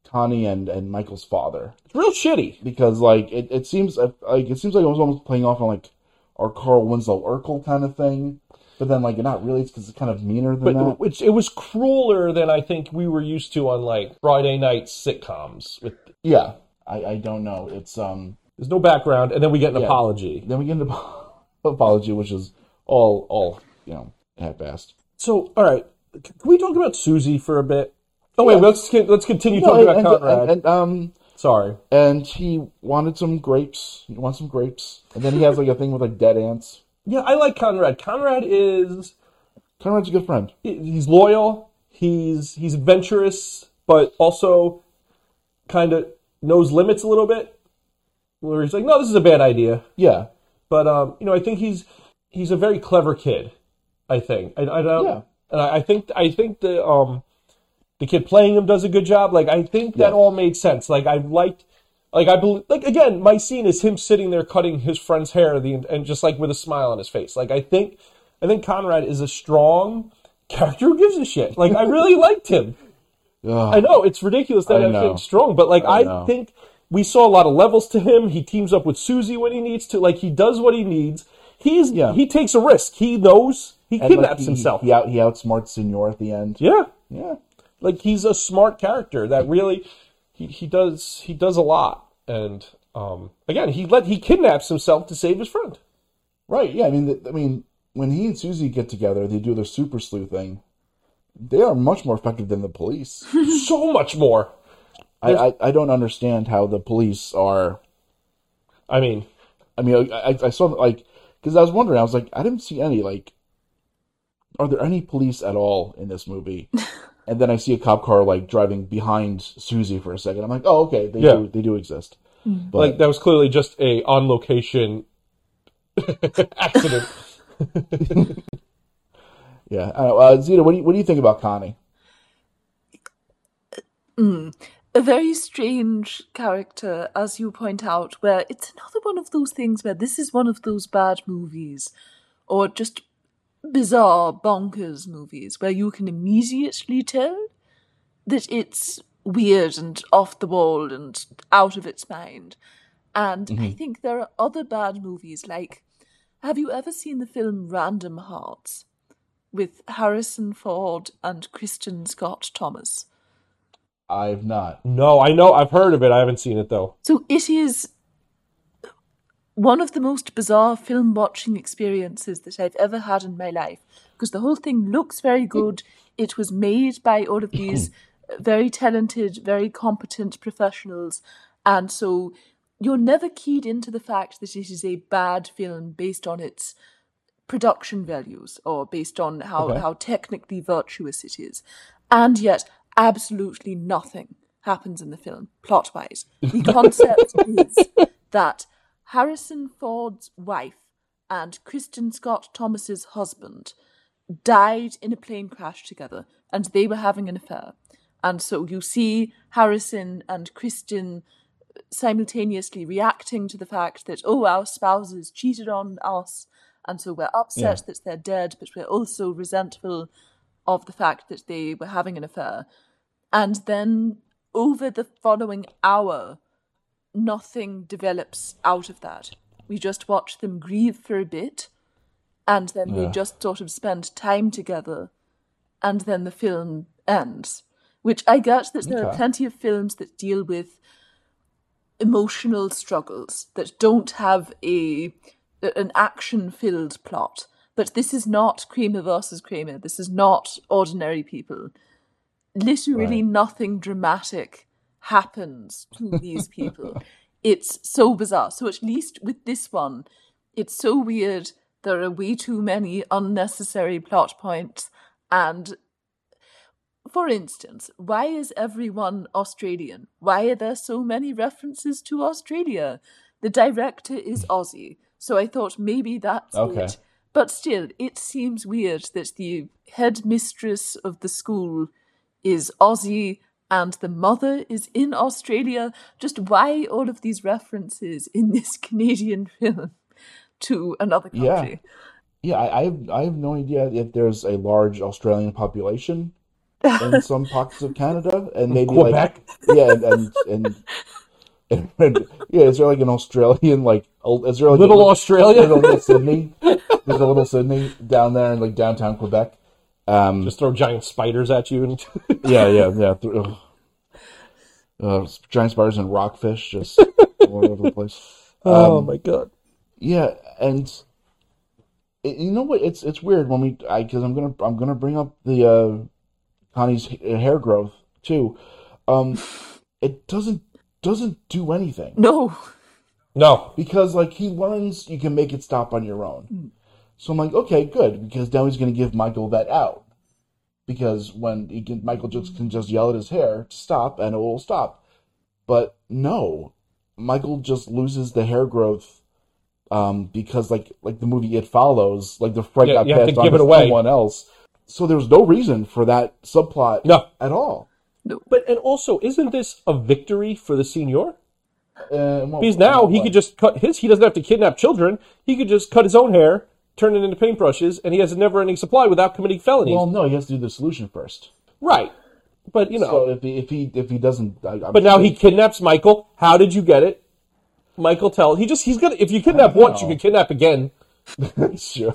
Speaker 5: Connie and and Michael's father
Speaker 7: It's real shitty.
Speaker 5: because like it, it seems uh, like it seems like I was almost playing off on like our Carl Winslow Urkel kind of thing, but then like not really because it's kind of meaner than
Speaker 7: But
Speaker 5: that.
Speaker 7: which it was crueler than I think we were used to on like Friday night sitcoms with
Speaker 5: Yeah. I, I don't know. It's um
Speaker 7: there's no background and then we get an apology.
Speaker 5: Then we get an ap- apology, which is all all you know half-assed.
Speaker 7: So, all right, c- can we talk about Susie for a bit? Oh wait,
Speaker 5: Yeah.
Speaker 7: let's con- let's continue talking about
Speaker 5: and,
Speaker 7: Conrad.
Speaker 5: and- and, um,
Speaker 7: Sorry.
Speaker 5: and he wanted some grapes. He wants some grapes, and then he has like a thing with like dead ants.
Speaker 7: Yeah, I like Conrad. Conrad is
Speaker 5: Conrad's a good friend.
Speaker 7: he's loyal. He's he's adventurous, but also kind of knows limits a little bit. Where he's like, no, this is a bad idea.
Speaker 5: Yeah,
Speaker 7: But um, you know, I think he's he's a very clever kid. I think, and I don't,
Speaker 5: Yeah.
Speaker 7: and I, I think I think the um the kid playing him does a good job. Like I think that
Speaker 5: Yeah.
Speaker 7: all made sense. Like I liked. Like I believe, like again, my scene is him sitting there cutting his friend's hair, the and just like with a smile on his face. Like I think, I think Conrad is a strong character who gives a shit. Like I really liked him. I know it's ridiculous that
Speaker 5: I
Speaker 7: I'm
Speaker 5: know.
Speaker 7: saying strong, but like I,
Speaker 5: know.
Speaker 7: think we saw a lot of levels to him. He teams up with Susie when he needs to. Like he does what he needs. He's
Speaker 5: Yeah.
Speaker 7: he takes a risk. He knows he
Speaker 5: And, like,
Speaker 7: kidnaps
Speaker 5: he-
Speaker 7: himself.
Speaker 5: He, out, he outsmarts Senor at the end.
Speaker 7: yeah,
Speaker 5: yeah.
Speaker 7: like he's a smart character that really he, he does he does a lot. And um, again, he let he kidnaps himself to save his friend.
Speaker 5: Right. Yeah. I mean, th- I mean, when he and Susie get together, they do their super slew thing. They are much more effective than the police.
Speaker 7: So much more.
Speaker 5: I, I, I don't understand how the police are.
Speaker 7: I mean,
Speaker 5: I mean, I, I- I saw like because I was wondering. I was like, I didn't see any like. Are there any police at all in this movie? and then I see a cop car like driving behind Susie for a second. I'm like, oh, okay, they
Speaker 7: Yeah.
Speaker 5: do they do exist. But
Speaker 7: like that was clearly just a on location accident.
Speaker 5: yeah, I don't, uh, Zita, what do you what do you think about Connie?
Speaker 6: a very strange character, as you point out, where it's another one of those things where this is one of those bad movies or just bizarre, bonkers movies where you can immediately tell that it's weird and off the wall and out of its mind. And I think there are other bad movies like have you ever seen the film Random Hearts with Harrison Ford and Kristen Scott Thomas?
Speaker 5: I've not.
Speaker 7: no, I know I've heard of it. I haven't seen it though.
Speaker 6: So it is one of the most bizarre film watching experiences that I've ever had in my life because the whole thing looks very good. It was made by all of these very talented, very competent professionals, and so you're never keyed into the fact that it is a bad film based on its production values or based on how,
Speaker 5: Okay.
Speaker 6: how technically virtuous it is. And yet, absolutely nothing happens in the film, plot wise. The concept is that Harrison Ford's wife and Kristen Scott Thomas's husband died in a plane crash together and they were having an affair. And so you see Harrison and Kristen simultaneously reacting to the fact that, oh, our spouses cheated on us. And so we're upset
Speaker 5: Yeah.
Speaker 6: that they're dead, but we're also resentful of the fact that they were having an affair. And then over the following hour, nothing develops out of that. We just watch them grieve for a bit, and then they just sort of spend time together, and then the film ends. Which I get that there are
Speaker 5: Okay.
Speaker 6: plenty of films that deal with emotional struggles that don't have a an action filled plot. But this is not Kramer versus Kramer. This is not ordinary people. Literally
Speaker 5: Right.
Speaker 6: nothing dramatic happens to these people. it's so bizarre. So at least with this one, it's so weird. There are way too many unnecessary plot points and for instance, why is everyone Australian? Why are there so many references to Australia? The director is Aussie, so I thought maybe that's
Speaker 5: Okay.
Speaker 6: it. But still, it seems weird that the headmistress of the school is Aussie and the mother is in Australia. Just why all of these references in this Canadian film to another
Speaker 5: Yeah.
Speaker 6: country?
Speaker 5: Yeah, I, I have I have no idea if there's a large Australian population in some pockets of Canada, and maybe
Speaker 7: Quebec?
Speaker 5: like yeah, and and, and, and, yeah, is there like an Australian like al- is there like
Speaker 7: Little
Speaker 5: a,
Speaker 7: Australia?
Speaker 5: little, little Sydney? There's a little Sydney down there in like downtown Quebec. Um,
Speaker 7: Just throw giant spiders at you and
Speaker 5: yeah, yeah, yeah. th- ugh. Uh, giant spiders and rockfish just
Speaker 7: Um,
Speaker 5: all over the place.
Speaker 7: Oh my god.
Speaker 5: Yeah, and it- you know what? It's it's weird when we I because I'm gonna I'm gonna bring up the uh, Connie's h- hair growth too. Um, it doesn't doesn't do anything
Speaker 6: No.
Speaker 7: No.
Speaker 5: because like he learns you can make it stop on your
Speaker 7: Hmm.
Speaker 5: own. So I'm like, okay, good, because now he's gonna give Michael that out. Because when he can, Michael just can just yell at his hair to stop and it will stop. But no, Michael just loses the hair growth um, because like like the movie It Follows, like the fright
Speaker 7: Yeah,
Speaker 5: got
Speaker 7: you have to
Speaker 5: passed on
Speaker 7: give
Speaker 5: to
Speaker 7: it away.
Speaker 5: someone else. So there was no reason for that subplot
Speaker 7: No.
Speaker 5: at all.
Speaker 7: But and also, isn't this a victory for the senior?
Speaker 5: Uh, well,
Speaker 7: Because now he
Speaker 5: what?
Speaker 7: could just cut his. He doesn't have to kidnap children. He could just cut his own hair, turn it into paintbrushes, and he has a never-ending supply without committing felonies.
Speaker 5: well no, he has to do the solution first.
Speaker 7: right. But you know.
Speaker 5: So if he if he if he doesn't, I, I'm
Speaker 7: But now he kidnaps Michael. How did you get it? Michael tell he just he's gonna if you kidnap once you can kidnap again.
Speaker 5: sure.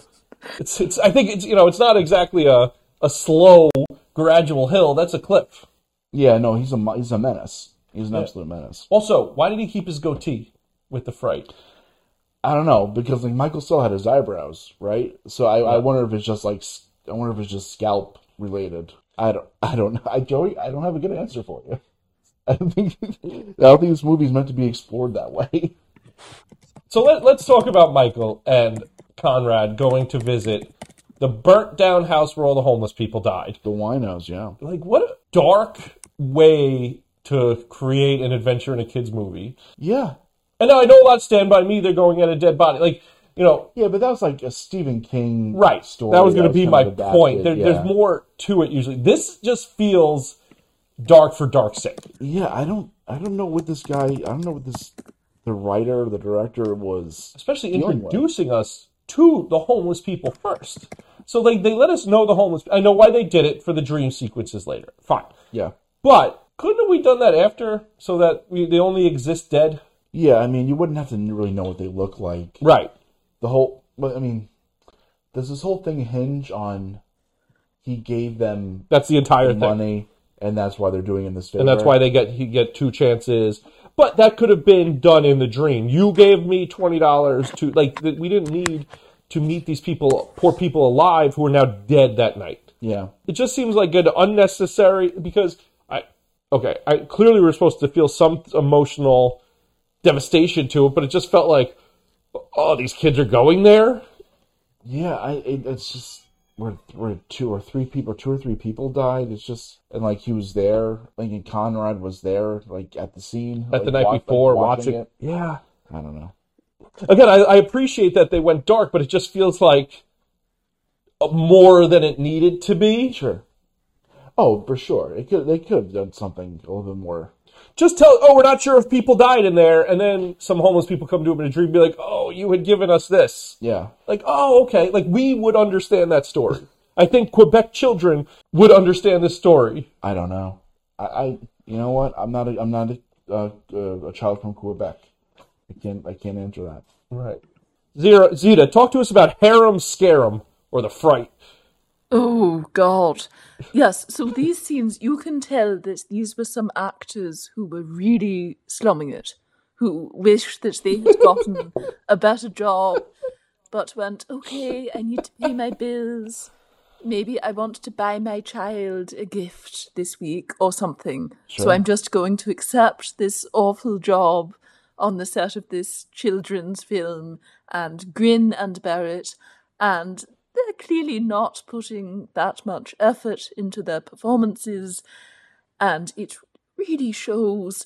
Speaker 7: It's it's I think it's you know it's not exactly a a slow gradual hill. That's a cliff.
Speaker 5: Yeah, no, he's a mo- he's a menace. He's an absolute menace.
Speaker 7: Also, why did he keep his goatee with the fright?
Speaker 5: I don't know because like Michael still had his eyebrows, right? So I, I wonder if it's just like s- I wonder if it's just scalp related. I don't I don't know. I Joey, I don't have a good answer for you. I don't think I don't think this movie's meant to be explored that way.
Speaker 7: So let, let's talk about Michael and Conrad going to visit the burnt down house where all the homeless people died.
Speaker 5: The winos, yeah.
Speaker 7: Like what a dark way to create an adventure in a kids movie.
Speaker 5: Yeah.
Speaker 7: And now I know a lot stand by me. They're going at a dead body. Like you know
Speaker 5: Yeah, but that was like a Stephen King
Speaker 7: right
Speaker 5: story.
Speaker 7: that was going to be
Speaker 5: kind
Speaker 7: my
Speaker 5: of adapted,
Speaker 7: point there,
Speaker 5: yeah.
Speaker 7: there's more to it usually this just feels dark for dark's sake
Speaker 5: Yeah, I don't I don't know what this guy I don't know what this the writer, the director was
Speaker 7: especially
Speaker 5: Dealing with.
Speaker 7: introducing us to the homeless people first so like they let us know the homeless i know why they did it for the dream sequences later fine
Speaker 5: Yeah.
Speaker 7: but couldn't have we done that after so that we, they only exist dead
Speaker 5: Yeah, I mean, you wouldn't have to really know what they look like.
Speaker 7: right
Speaker 5: The whole, but I mean, does this whole thing hinge on he gave them
Speaker 7: that's the entire thing
Speaker 5: money, and that's why they're doing it in this favor?
Speaker 7: and that's why they get he get two chances. But that could have been done in the dream. You gave me twenty dollars to like th- we didn't need to meet these people, poor people alive who are now dead that night.
Speaker 5: Yeah,
Speaker 7: It just seems like an unnecessary because I okay, I clearly we're supposed to feel some emotional devastation to it, but it just felt like oh, these kids are going there.
Speaker 5: yeah. I it, it's just where where two or three people, two or three people died. It's just and like he was there, like and Conrad was there, like at the scene,
Speaker 7: That
Speaker 5: like,
Speaker 7: the night
Speaker 5: wa- like,
Speaker 7: before, watching,
Speaker 5: it.
Speaker 7: yeah.
Speaker 5: I don't know.
Speaker 7: Again, I, I appreciate that they went dark, but it just feels like more than it needed to be.
Speaker 5: Sure. Oh, for sure. It could they could have done something a little bit more.
Speaker 7: just tell oh we're not sure if people died in there and then some homeless people come to him in a dream and be like oh you had given us this
Speaker 5: Yeah.
Speaker 7: like oh okay like we would understand that story i think quebec children would understand this story
Speaker 5: I don't know. I, I you know what? I'm not a I'm not a, uh, uh, a child from Quebec. I can't I can't answer that.
Speaker 7: right zero zeta talk to us about harem scarum or the fright
Speaker 6: Oh, God. Yes, so these scenes, you can tell that these were some actors who were really slumming it, who wished that they had gotten a better job, but went, okay, I need to pay my bills. Maybe I want to buy my child a gift this week or something. So I'm just going to accept this awful job on the set of this children's film and grin and bear it. And they're clearly not putting that much effort into their performances, and it really shows.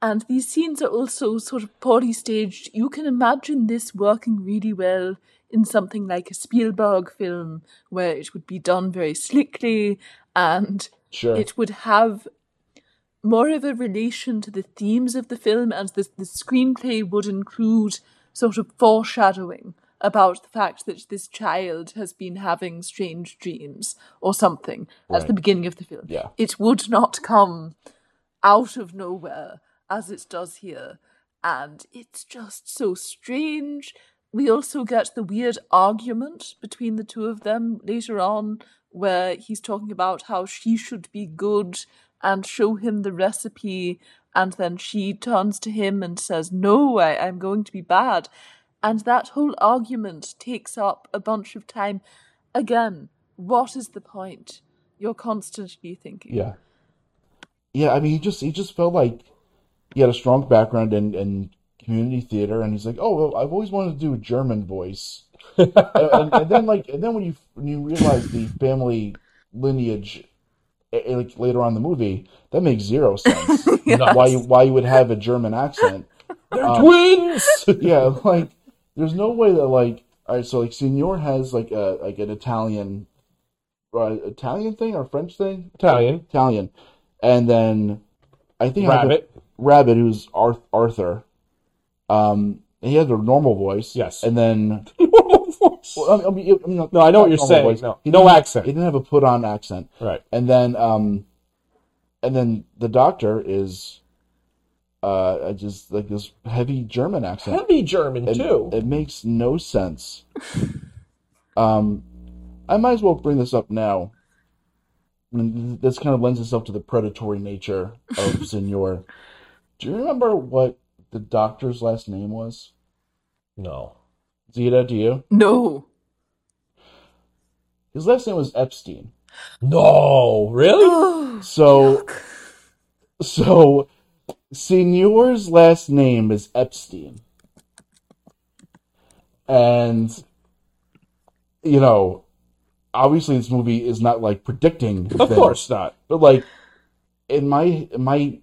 Speaker 6: And these scenes are also sort of poorly staged. You can imagine this working really well in something like a Spielberg film, where it would be done very slickly and
Speaker 5: Sure.
Speaker 6: it would have more of a relation to the themes of the film, and the, the screenplay would include sort of foreshadowing about the fact that this child has been having strange dreams or something at the beginning of the film.
Speaker 5: Yeah.
Speaker 6: It would not come out of nowhere as it does here. And it's just so strange. We also get the weird argument between the two of them later on, where he's talking about how she should be good and show him the recipe. And then she turns to him and says, No, I, I'm going to be bad. And that whole argument takes up a bunch of time. Again, what is the point? You're constantly thinking.
Speaker 5: Yeah. Yeah, I mean, he just he just felt like he had a strong background in, in community theater, and he's like, oh, well, I've always wanted to do a German voice, and, and, and then like, and then when you when you realize the family lineage, eh, eh, like later on in the movie, that makes zero sense. Why you why you would have a German accent?
Speaker 7: They're twins.
Speaker 5: yeah, like there's no way that like all right, so like Signor has like a like an Italian, uh, Italian thing or French thing,
Speaker 7: Italian.
Speaker 5: Italian, and then I think I have a-
Speaker 7: Rabbit.
Speaker 5: Rabbit, who's Ar- Arthur. Um, he has a normal voice.
Speaker 7: Yes.
Speaker 5: and then
Speaker 7: Normal voice.
Speaker 5: well, I mean, I mean, I mean,
Speaker 7: No, I know what you're
Speaker 5: not normal
Speaker 7: saying.
Speaker 5: voice.
Speaker 7: No,
Speaker 5: He
Speaker 7: no
Speaker 5: didn't-
Speaker 7: accent.
Speaker 5: He didn't have a put on accent.
Speaker 7: Right.
Speaker 5: And then um and then the doctor is uh I just like this heavy German accent.
Speaker 7: Heavy German
Speaker 5: And
Speaker 7: too.
Speaker 5: It makes no sense. um I might as well bring this up now. I mean, this kind of lends itself to the predatory nature of Senor. Do you remember what the doctor's last name was?
Speaker 7: no.
Speaker 5: Zeta, do you?
Speaker 6: No.
Speaker 5: His last name was Epstein.
Speaker 7: No. Really?
Speaker 5: So, so, Senor's last name is Epstein, and you know, obviously, this movie is not like predicting.
Speaker 7: of
Speaker 5: things,
Speaker 7: course not.
Speaker 5: but like in my in my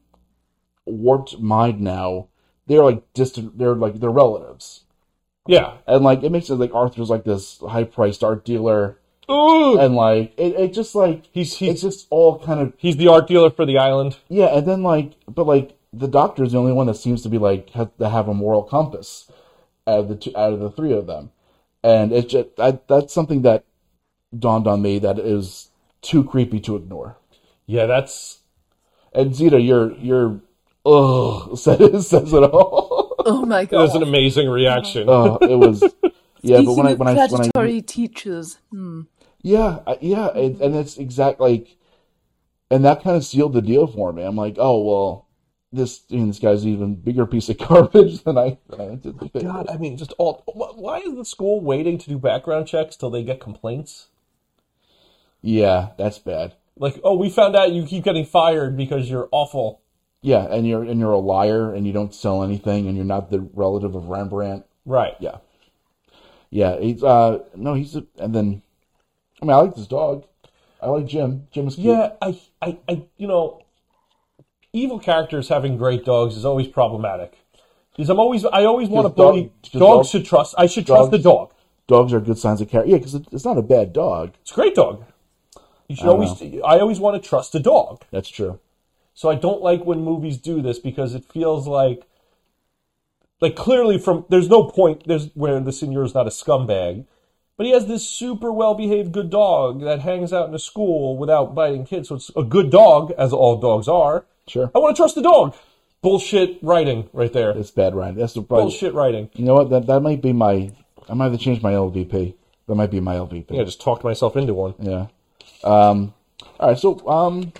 Speaker 5: warped mind now, they're like distant. They're like they're relatives,
Speaker 7: Yeah.
Speaker 5: and like it makes it like Arthur's like this high priced art dealer,
Speaker 7: Ooh.
Speaker 5: and like it, it just like
Speaker 7: He's
Speaker 5: it's
Speaker 7: he's
Speaker 5: just all kind of
Speaker 7: he's the art dealer for the island.
Speaker 5: Yeah, and then like, but like the doctor is the only one that seems to be like have, to have a moral compass out of the two, out of the three of them, and it's just I, that's something that dawned on me that is too creepy to ignore.
Speaker 7: Yeah, that's
Speaker 5: And Zeta, you're you're ugh says says it all.
Speaker 6: Oh my
Speaker 7: that was
Speaker 6: god.
Speaker 7: an amazing reaction.
Speaker 5: oh, it was yeah, but when I
Speaker 6: Speaking
Speaker 5: when
Speaker 6: of
Speaker 5: I when I
Speaker 6: predatory teachers, hmm.
Speaker 5: Yeah, I- yeah,
Speaker 7: Mm-hmm.
Speaker 5: and, and it's exact like, and that kind of sealed the deal for me. I'm like, oh well, this you know, this guy's an even bigger piece of garbage than I than I anticipated.
Speaker 7: God, I mean, just all. wh- Why is the school waiting to do background checks till they get complaints?
Speaker 5: Yeah, that's bad.
Speaker 7: Like, oh, we found out you keep getting fired because you're awful.
Speaker 5: Yeah, and you're and you're a liar, and you don't sell anything, and you're not the relative of Rembrandt.
Speaker 7: Right.
Speaker 5: Yeah, yeah. He's uh no, he's a, and then, I mean, I like this dog. I like Jim. Jim is cute.
Speaker 7: Yeah, I, I, I, you know, evil characters having great dogs is always problematic. Because I'm always, I always want to
Speaker 5: Because dog-
Speaker 7: bully.
Speaker 5: because
Speaker 7: dogs
Speaker 5: dog-
Speaker 7: should trust. I should trust the dog.
Speaker 5: dogs- Dogs are good signs of character. Yeah, because it, it's not a bad dog.
Speaker 7: It's a great dog. You should always. I always want to trust the dog.
Speaker 5: That's true.
Speaker 7: So I don't like when movies do this because it feels like, like clearly from there's no point there's where the senior is not a scumbag, but he has this super well behaved good dog that hangs out in a school without biting kids. So it's a good dog, as all dogs are.
Speaker 5: Sure.
Speaker 7: I want to trust the dog. Bullshit writing right there.
Speaker 5: That's bad, Ryan. That's the problem.
Speaker 7: Bullshit writing.
Speaker 5: You know what? That that might be my. I might have to change my LVP. That might be my LVP.
Speaker 7: I think I just talked myself into one.
Speaker 5: Yeah. Um. All right. So um.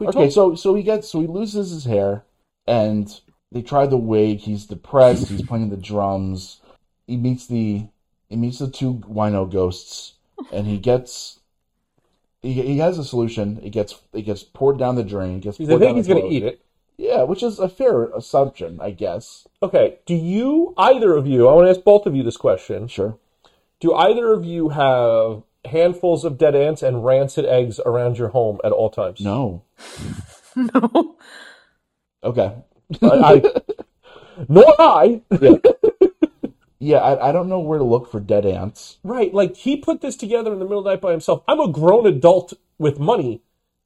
Speaker 5: Okay. So so he gets so he loses his hair, and they try the wig. He's depressed. He's playing the drums. He meets the he meets the two wino ghosts, and he gets. He, he has a solution. It gets it gets poured down the drain. It gets
Speaker 7: Because I
Speaker 5: poured
Speaker 7: think
Speaker 5: down
Speaker 7: he's
Speaker 5: the
Speaker 7: going to
Speaker 5: throat.
Speaker 7: eat it.
Speaker 5: Yeah, which is a fair assumption, I guess.
Speaker 7: Okay. Do you, either of you, I want to ask both of you this question.
Speaker 5: Sure.
Speaker 7: Do either of you have handfuls of dead ants and rancid eggs around your home at all times?
Speaker 5: No.
Speaker 6: no.
Speaker 5: Okay.
Speaker 7: I, I, nor I.
Speaker 5: Yeah, I, I don't know where to look for dead ants.
Speaker 7: Right, like he put this together in the middle of the night by himself. I'm a grown adult with money.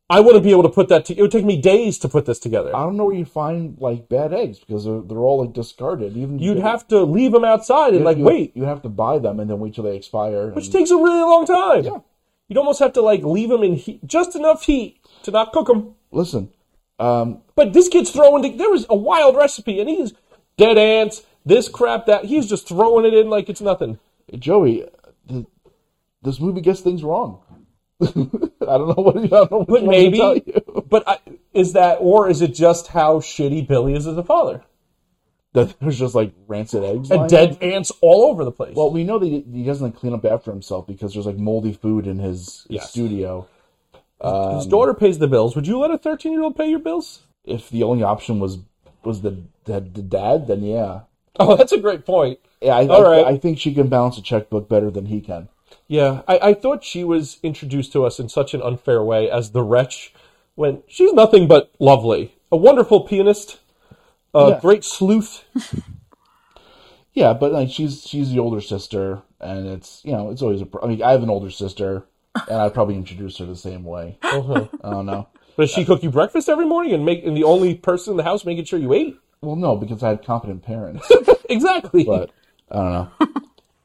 Speaker 7: I wouldn't be able to put that. To, it would take me days to put this together.
Speaker 5: I don't know where you find like bad eggs because they're, they're all like discarded. Even
Speaker 7: You'd have to leave them outside and
Speaker 5: you-
Speaker 7: like
Speaker 5: you-
Speaker 7: wait,
Speaker 5: You have to buy them and then wait till they expire.
Speaker 7: which
Speaker 5: and-
Speaker 7: takes a really long time.
Speaker 5: Yeah.
Speaker 7: You'd almost have to like leave them in heat, just enough heat to not cook them.
Speaker 5: Listen, um,
Speaker 7: But this kid's throwing. The, there was a wild recipe, and he's dead ants, this crap, that. He's just throwing it in like it's nothing.
Speaker 5: Joey, th- this movie gets things wrong. I don't know what I don't know what
Speaker 7: But
Speaker 5: you want me to tell
Speaker 7: maybe,
Speaker 5: you.
Speaker 7: but I, is that, or is it just how shitty Billy is as a father?
Speaker 5: that there's just like rancid eggs
Speaker 7: and
Speaker 5: lying
Speaker 7: dead ants all over the place.
Speaker 5: Well, we know that he he doesn't like, clean up after himself because there's like moldy food in his, his
Speaker 7: Yes.
Speaker 5: studio.
Speaker 7: his daughter pays the bills. Would you let a thirteen-year-old pay your bills?
Speaker 5: If the only option was was the the, the dad, then yeah,
Speaker 7: Oh, that's a great point.
Speaker 5: yeah. I,
Speaker 7: All
Speaker 5: I,
Speaker 7: right.
Speaker 5: I think she can balance a checkbook better than he can.
Speaker 7: Yeah, I, I thought she was introduced to us in such an unfair way as the wretch when she's nothing but lovely, a wonderful pianist, a
Speaker 5: Yeah.
Speaker 7: great sleuth.
Speaker 5: Yeah, but like she's she's the older sister, and it's you know it's always a. Pro- I mean, I have an older sister, and I probably introduced her the same way. I don't know.
Speaker 7: Does she cook you breakfast every morning and make and the only person in the house making sure you ate?
Speaker 5: Well, no, because I had competent parents.
Speaker 7: Exactly.
Speaker 5: but I don't know.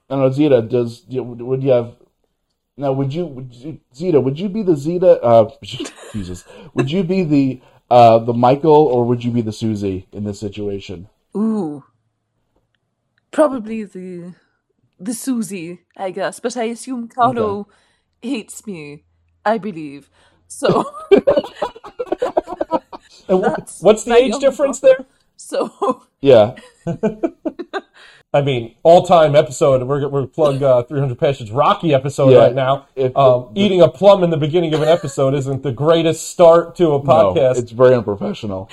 Speaker 5: I don't know, Zeta. Does you- would you have? Now, would you, would you Zeta? Would you be the Zeta? Uh, Jesus, would you be the uh the Michael or would you be the Susie in this situation?
Speaker 6: Ooh. Probably the the Susie, I guess. But I assume Carlo hates me, I believe. So
Speaker 7: And wh-
Speaker 6: That's
Speaker 7: what's the
Speaker 6: my
Speaker 7: age
Speaker 6: only
Speaker 7: difference
Speaker 6: problem.
Speaker 7: there?
Speaker 6: so
Speaker 5: Yeah,
Speaker 7: I mean, all time episode. We're we're plug uh, 300 Passions Rocky episode
Speaker 5: Yeah,
Speaker 7: right now.
Speaker 5: if-
Speaker 7: um, eating a plum in the beginning of an episode isn't the greatest start to a
Speaker 5: no,
Speaker 7: podcast.
Speaker 5: it's very unprofessional.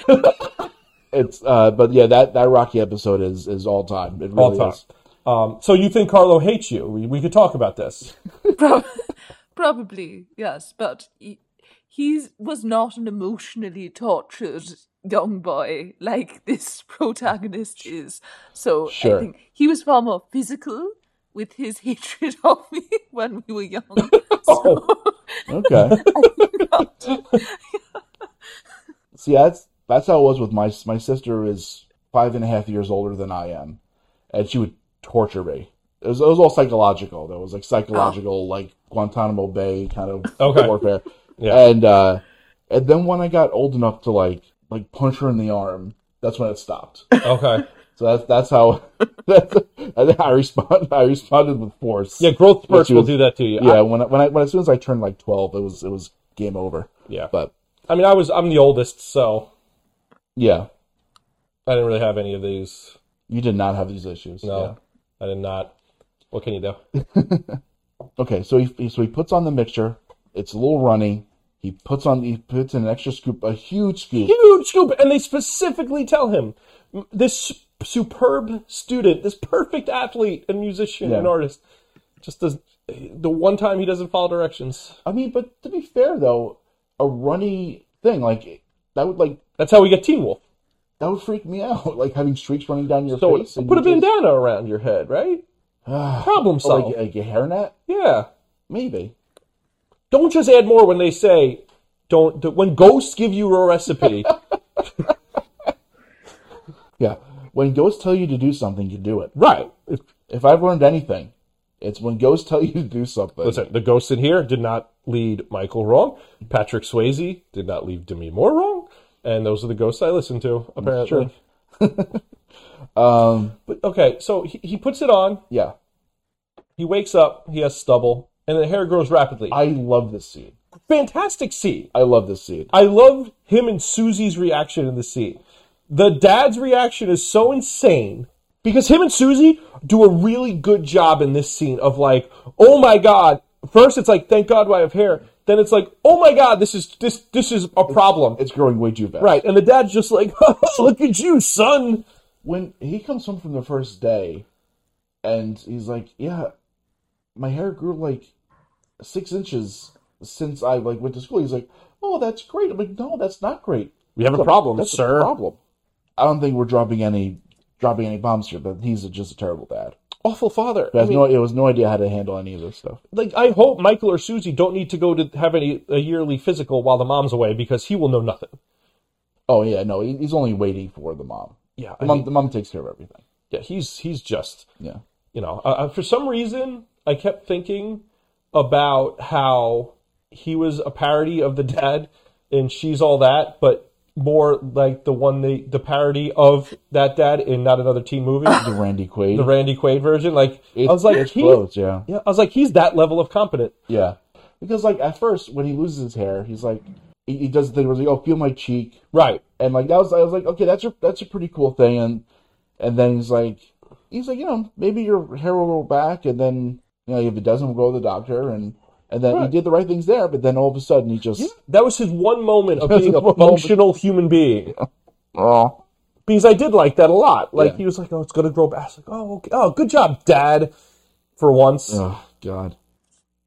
Speaker 5: it's uh, but yeah, that that Rocky episode is is all time. It really
Speaker 7: all time.
Speaker 5: is.
Speaker 7: Um, so you think Carlo hates you? We, we could talk about this.
Speaker 6: prob- probably, yes. But he, he was not an emotionally tortured young boy like this protagonist is. So
Speaker 5: Sure.
Speaker 6: I think he was far more physical with his hatred of me when we were young.
Speaker 5: Okay. See, that's that's how it was with my my sister is five and a half years older than I am, and she would torture me. It was, it was all psychological. There was like psychological, like Guantanamo Bay kind of
Speaker 7: Oh. Okay.
Speaker 5: warfare.
Speaker 7: Yeah.
Speaker 5: And uh, and then when I got old enough to like like punch her in the arm, that's when it stopped.
Speaker 7: Okay.
Speaker 5: So that's that's how that's, I respond. I responded with force.
Speaker 7: Yeah, growth spurts
Speaker 5: Which
Speaker 7: will
Speaker 5: was-
Speaker 7: do that to you.
Speaker 5: Yeah,
Speaker 7: I,
Speaker 5: when I, when I when as soon as I turned like twelve, it was it was game over.
Speaker 7: yeah.
Speaker 5: But
Speaker 7: I mean, I was I'm the oldest, so
Speaker 5: yeah,
Speaker 7: I didn't really have any of these.
Speaker 5: you did not have these issues.
Speaker 7: No, I did not. What can you do?
Speaker 5: Yeah. Okay, so he he- so he puts on the mixture. It's a little runny. He puts on he puts in an extra scoop, a huge scoop.
Speaker 7: Huge scoop, and they specifically tell him m- this superb student, this perfect athlete and musician and
Speaker 5: Yeah.
Speaker 7: artist, just does the one time he doesn't follow directions.
Speaker 5: I mean, but to be fair though, a runny thing like that would like
Speaker 7: That's how we get Teen Wolf.
Speaker 5: that would freak me out. Like having streaks running down your
Speaker 7: So
Speaker 5: face. and
Speaker 7: put a
Speaker 5: you just-
Speaker 7: bandana around your head, right? Problem
Speaker 5: Oh,
Speaker 7: solved.
Speaker 5: like, like a hairnet,
Speaker 7: Yeah.
Speaker 5: maybe.
Speaker 7: Don't just add more when they say, don't, th- when ghosts give you a recipe.
Speaker 5: Yeah. When ghosts tell you to do something, you do it.
Speaker 7: right. If-
Speaker 5: If I've learned anything, it's when ghosts tell you to do something.
Speaker 7: Listen, the ghosts in here did not lead Michael wrong. Patrick Swayze did not lead Demi Moore wrong. And those are the ghosts I listen to, apparently.
Speaker 5: Um,
Speaker 7: But okay, so he, he puts it on,
Speaker 5: yeah,
Speaker 7: he wakes up, he has stubble, and the hair grows rapidly.
Speaker 5: I love this scene.
Speaker 7: Fantastic scene.
Speaker 5: I love this scene.
Speaker 7: I love him and Susie's reaction in the scene. The dad's reaction is so insane because him and Susie do a really good job in this scene of like, oh my god. First, it's like, thank God I have hair. Then it's like, oh my god, this is this this is a problem,
Speaker 5: It's growing way too fast.
Speaker 7: right? And the dad's just like, look at you, son.
Speaker 5: When he comes home from the first day, and he's like, "Yeah, my hair grew like six inches since I like went to school." He's like, "Oh, that's great." I'm like, "No, that's not great.
Speaker 7: We have a
Speaker 5: That's
Speaker 7: problem,
Speaker 5: that's a
Speaker 7: sir."
Speaker 5: problem." I don't think we're dropping any dropping any bombs here, but he's just a terrible dad.
Speaker 7: Awful father.
Speaker 5: He has no, he has no idea how to handle any of this stuff.
Speaker 7: Like, I hope Michael or Susie don't need to go to have any a yearly physical while the mom's away because he will know nothing.
Speaker 5: Oh yeah, no, he, he's only waiting for the mom.
Speaker 7: Yeah, I
Speaker 5: The mom,
Speaker 7: mean-
Speaker 5: the mom takes care of everything.
Speaker 7: yeah, he's he's just
Speaker 5: Yeah.
Speaker 7: you know, uh, uh, for some reason, I kept thinking about how he was a parody of the dad in She's All That, but more like the one they, the parody of that dad in Not Another Teen Movie,
Speaker 5: The
Speaker 7: the
Speaker 5: Randy Quaid.
Speaker 7: Randy Quaid version. Like
Speaker 5: It's-
Speaker 7: I was like,
Speaker 5: it's
Speaker 7: he-
Speaker 5: close, yeah.
Speaker 7: yeah, I was like, he's that level of competent.
Speaker 5: Yeah. Because like at first when he loses his hair, he's like he, he does the thing where he's like, Oh, feel my cheek
Speaker 7: Right.
Speaker 5: and like that was I was like, Okay, that's a that's a pretty cool thing and And then he's like, he's like, you know, maybe your hair will grow back, and then you know, if it doesn't, we'll go to the doctor, and and then he
Speaker 7: Right.
Speaker 5: did the right things there, but then all of a sudden he just,
Speaker 7: That was his one moment of
Speaker 5: That's
Speaker 7: being
Speaker 5: his
Speaker 7: a
Speaker 5: one moment.
Speaker 7: functional human being.
Speaker 5: oh,
Speaker 7: Because I did like that a lot. Like
Speaker 5: Yeah.
Speaker 7: he was like, "Oh, it's gonna grow back." I was like, "Oh, okay. oh, good job, Dad." For once,
Speaker 5: oh God,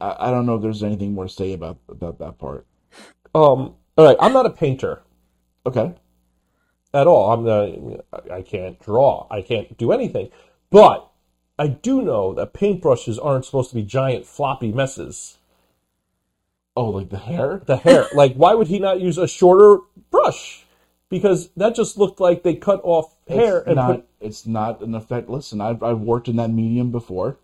Speaker 5: I, I don't know if there's anything more to say about about that part.
Speaker 7: um, all right. I'm not a painter
Speaker 5: Okay,
Speaker 7: at all. I'm not. I can't draw. I can't do anything. But I do know that paintbrushes aren't supposed to be giant floppy messes.
Speaker 5: oh, like the hair,
Speaker 7: The hair, like, why would he not use a shorter brush? Because that just looked like they cut off hair
Speaker 5: it's
Speaker 7: and
Speaker 5: not,
Speaker 7: put
Speaker 5: it's not an effect. Listen, I've I've worked in that medium before.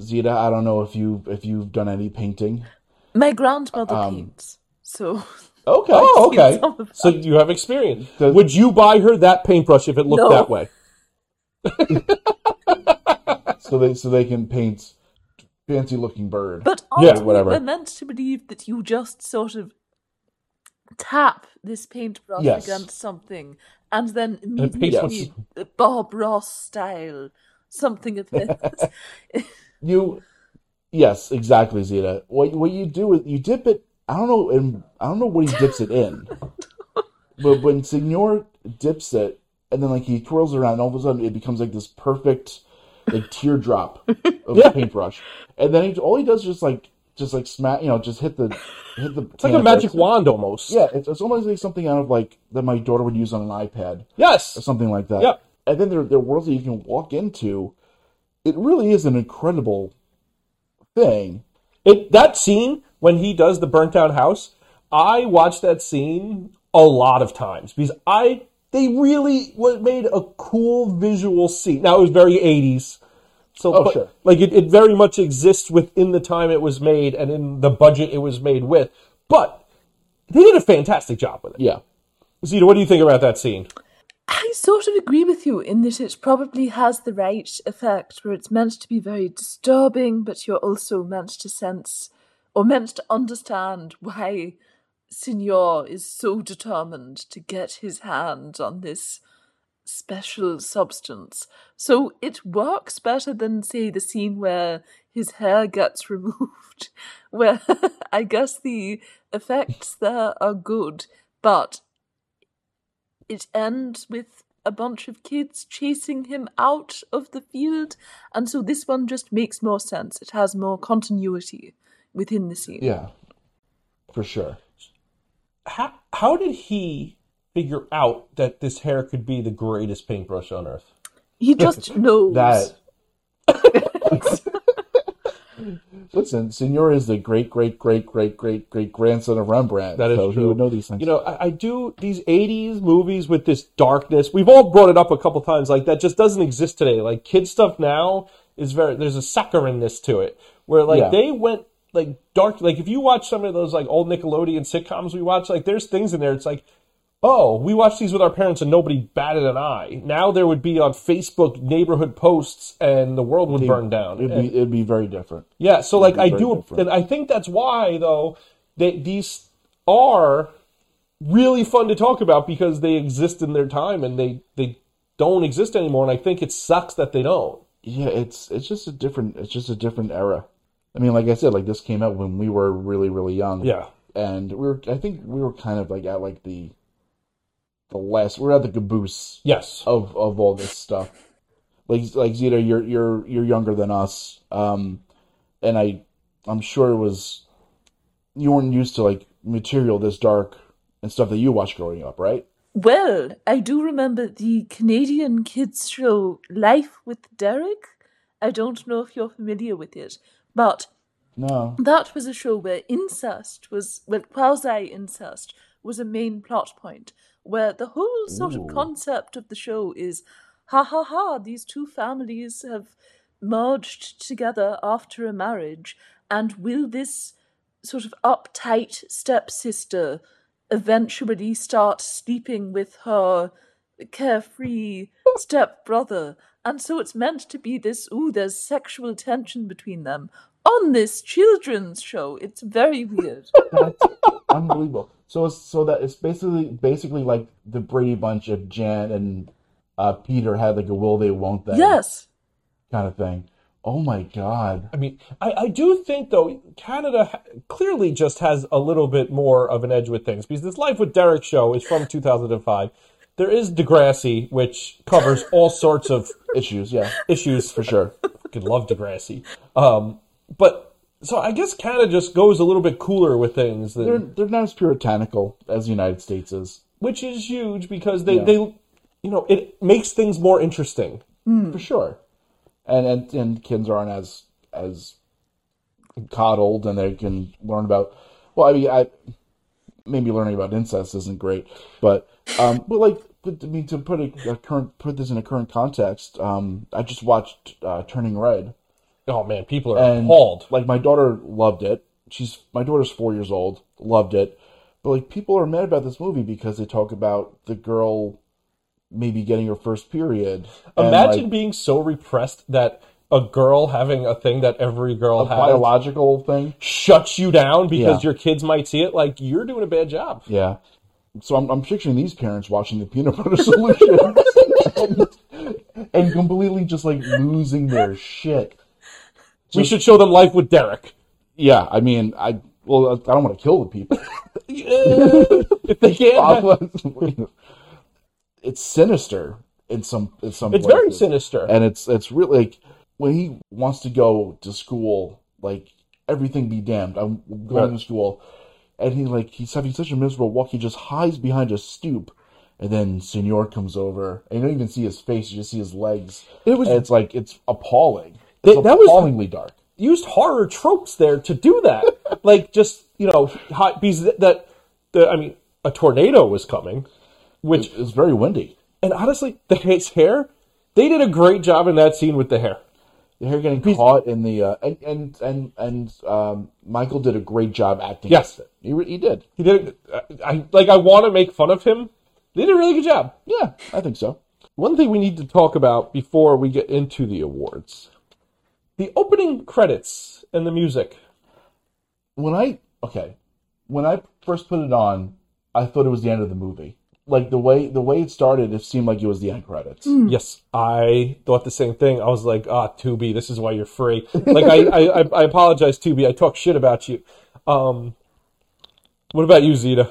Speaker 5: Zeta, I don't know if you if you've done any painting.
Speaker 6: My grandmother paints, so
Speaker 5: Okay.
Speaker 7: Oh,
Speaker 6: I've seen
Speaker 7: okay.
Speaker 6: some of
Speaker 7: So you have experience.
Speaker 5: Does-
Speaker 7: Would you buy her that paintbrush if it looked
Speaker 6: No.
Speaker 7: that way?
Speaker 5: so they so they can paint fancy looking bird.
Speaker 6: But aren't
Speaker 7: Yeah,
Speaker 6: we-
Speaker 7: whatever.
Speaker 6: we're meant to believe that you just sort of tap this paintbrush
Speaker 5: Yes.
Speaker 6: against something and then
Speaker 7: it paints
Speaker 6: immediately uh, Bob Ross style something of it.
Speaker 5: You, yes, exactly, Zeta. What what you do is you dip it. I don't know, and I don't know what he dips it in. but when Signor dips it, and then like he twirls it around, and all of a sudden it becomes like this perfect like teardrop of a paintbrush. And then he, all he does is just like just like smack, you know, just hit the hit the.
Speaker 7: It's like a magic wand almost.
Speaker 5: Yeah, it's, it's almost like something out of like that my daughter would use on an iPad or
Speaker 7: Yes.
Speaker 5: something like that.
Speaker 7: Yep.
Speaker 5: And then there, there are worlds that you can walk into. It really is an incredible thing.
Speaker 7: It that scene when he does the burnt down house, I watched that scene a lot of times because I they really what made a cool visual scene. Now it was very 80s. So
Speaker 5: Oh,
Speaker 7: but,
Speaker 5: sure.
Speaker 7: like it, it very much exists within the time it was made and in the budget it was made with. But they did a fantastic job with it.
Speaker 5: Yeah.
Speaker 7: Zita, what do you think about that scene?
Speaker 6: I sort of agree with you in that it probably has the right effect where it's meant to be very disturbing, but you're also meant to sense or meant to understand why Signor is so determined to get his hand on this special substance. So it works better than, say, the scene where his hair gets removed, where I guess the effects there are good, but it ends with a bunch of kids chasing him out of the field. And so this one just makes more sense. It has more continuity within the scene.
Speaker 5: Yeah. For sure.
Speaker 7: How, how did he figure out that this hair could be the greatest paintbrush on earth?
Speaker 6: He just knows.
Speaker 5: That. Listen, Signor is the great, great, great, great, great, great grandson of Rembrandt.
Speaker 7: That is
Speaker 5: so
Speaker 7: true.
Speaker 5: He would know these things.
Speaker 7: You know, I, I do these '80s movies with this darkness. We've all brought it up a couple times. Like that just doesn't exist today. Like kid stuff now is very there's a suckeriness to it where like
Speaker 5: Yeah.
Speaker 7: they went like dark. Like if you watch some of those like old Nickelodeon sitcoms we watch, like there's things in there. It's like. Oh, we watched these with our parents and nobody batted an eye. Now there would be on Facebook neighborhood posts and the world would burn down.
Speaker 5: it'd be it'd be very different.
Speaker 7: Yeah, so like I
Speaker 5: very
Speaker 7: do,
Speaker 5: different.
Speaker 7: and I think that's why though they, these are really fun to talk about because they exist in their time and they they don't exist anymore. And I think it sucks that they don't.
Speaker 5: Yeah, it's it's just a different it's just a different era. I mean, like I said, like this came out when we were really, really young.
Speaker 7: Yeah,
Speaker 5: and we were I think we were kind of like at like the the last we are at the caboose
Speaker 7: yes,
Speaker 5: of of all this stuff. Like like Zeta, you're you're you're younger than us. Um and I I'm sure it was you weren't used to like material this dark and stuff that you watched growing up, right?
Speaker 6: Well, I do remember the Canadian kids show Life with Derek. I don't know if you're familiar with it, but
Speaker 5: No.
Speaker 6: that was a show where incest was, well, quasi incest was a main plot point, where the whole sort of concept of the show is ha ha ha, these two families have merged together after a marriage, and will this sort of uptight stepsister eventually start sleeping with her carefree stepbrother. And so it's meant to be this, ooh, there's sexual tension between them on this children's show. It's very weird.
Speaker 5: That's unbelievable. So it's so that it's basically basically like the Brady Bunch of Jan and uh, Peter had like a will they won't they
Speaker 6: Yes.
Speaker 5: kind of thing. Oh my god.
Speaker 7: I mean, I, I do think though Canada ha- clearly just has a little bit more of an edge with things because this Life with Derek show is from 2005. There is Degrassi, which covers all sorts of
Speaker 5: Issues, yeah.
Speaker 7: issues for sure. I fucking love Degrassi, um, but so I guess Canada just goes a little bit cooler with things, than,
Speaker 5: They're they're not as puritanical as the United States is.
Speaker 7: which is huge because they they you know it makes things more interesting.
Speaker 5: For sure. And and and kids aren't as as coddled and they can learn about well, I mean I maybe learning about incest isn't great, but um but like but, I mean to put a, a current put this in a current context, um I just watched uh, Turning Red.
Speaker 7: Oh man, people are
Speaker 5: and
Speaker 7: appalled.
Speaker 5: like my daughter loved it. She's my daughter's four years old, loved it. But like people are mad about this movie because they talk about the girl maybe getting her first period. and,
Speaker 7: Imagine
Speaker 5: like,
Speaker 7: being so repressed that a girl having a thing that every girl has
Speaker 5: biological thing.
Speaker 7: shuts you down because
Speaker 5: Yeah.
Speaker 7: your kids might see it. Like you're doing a bad job.
Speaker 5: Yeah. So I'm, I'm picturing these parents watching the peanut butter solution and, and completely just like losing their shit.
Speaker 7: we should show them life with Derek.
Speaker 5: Yeah, I mean, I well, I don't want to kill the people.
Speaker 7: If they can't,
Speaker 5: it's sinister in some in some.
Speaker 7: it's very
Speaker 5: places.
Speaker 7: sinister.
Speaker 5: and it's it's really like when he wants to go to school, like everything be damned. I'm going to school, and he like he's having such a miserable walk. He just hides behind a stoop, and then Senor comes over, and you don't even see his face. You just see his legs.
Speaker 7: It was-
Speaker 5: And it's like it's appalling. It's
Speaker 7: That- that was-
Speaker 5: appallingly dark.
Speaker 7: used horror tropes there to do that. like just you know, hot bees that, that the, I mean, a tornado was coming, which
Speaker 5: It's very windy.
Speaker 7: and honestly, the his hair, they did a great job in that scene with the hair.
Speaker 5: The hair getting caught in the uh, and and and and um, Michael did a great job acting.
Speaker 7: Yes.
Speaker 5: with it. he re- he did.
Speaker 7: He did. A, I, I like. I want to make fun of him. They did a really good job.
Speaker 5: Yeah, I think so.
Speaker 7: One thing we need to talk about before we get into the awards the opening credits and the music.
Speaker 5: when I okay, when I first put it on, I thought it was the end of the movie. Like the way the way it started, it seemed like it was the end credits.
Speaker 7: Yes, I thought the same thing. I was like, ah, Tubi, this is why you're free. Like, I, I, I- I apologize, Tubi. I talk shit about you. Um, what about you, Zeta?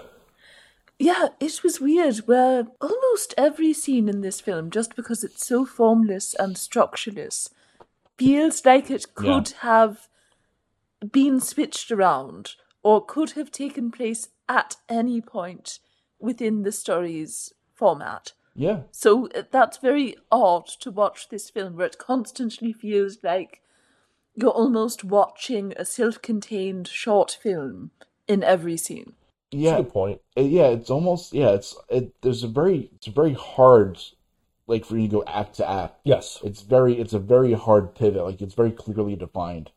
Speaker 6: Yeah, it was weird where almost every scene in this film, just because it's so formless and structureless, feels like it could have been switched around or could have taken place at any point within the story's format.
Speaker 5: Yeah,
Speaker 6: So uh, that's very odd to watch this film where it constantly feels like you're almost watching a self contained short film in every scene.
Speaker 5: yeah,
Speaker 7: Good point.
Speaker 5: it- yeah. It's almost yeah. It's it. There's a very it's very hard, like for you to go act to act.
Speaker 7: Yes.
Speaker 5: It's very it's a very hard pivot. Like it's very clearly defined.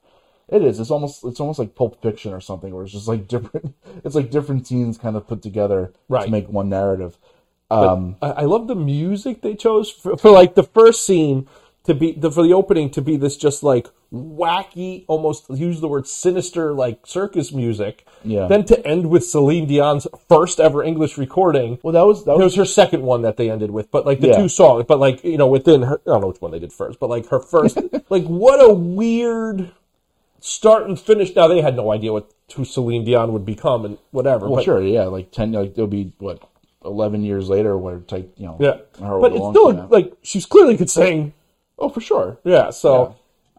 Speaker 5: It is. It's almost it's almost like Pulp Fiction or something, where it's just like different. It's like different scenes kind of put together
Speaker 7: Right.
Speaker 5: to make one narrative.
Speaker 7: I, I love the music they chose for, for like the first scene to be the, for the opening to be this just like wacky, almost use the word sinister, like circus music.
Speaker 5: Yeah.
Speaker 7: Then to end with Celine Dion's first ever English recording.
Speaker 5: Well, that was
Speaker 7: It
Speaker 5: that was
Speaker 7: was her second one that they ended with, but like the
Speaker 5: Yeah.
Speaker 7: two songs, but like you know within her, I don't know which one they did first, but like her first, like what a weird start and finish. Now they had no idea what who Celine Dion would become and whatever.
Speaker 5: Well,
Speaker 7: but,
Speaker 5: sure, yeah, like ten, like it'll be what eleven years later, where it's like you know,
Speaker 7: yeah,
Speaker 5: however
Speaker 7: but it's
Speaker 5: long
Speaker 7: still
Speaker 5: from now.
Speaker 7: like she's clearly could sing.
Speaker 5: oh, for sure,
Speaker 7: Yeah, so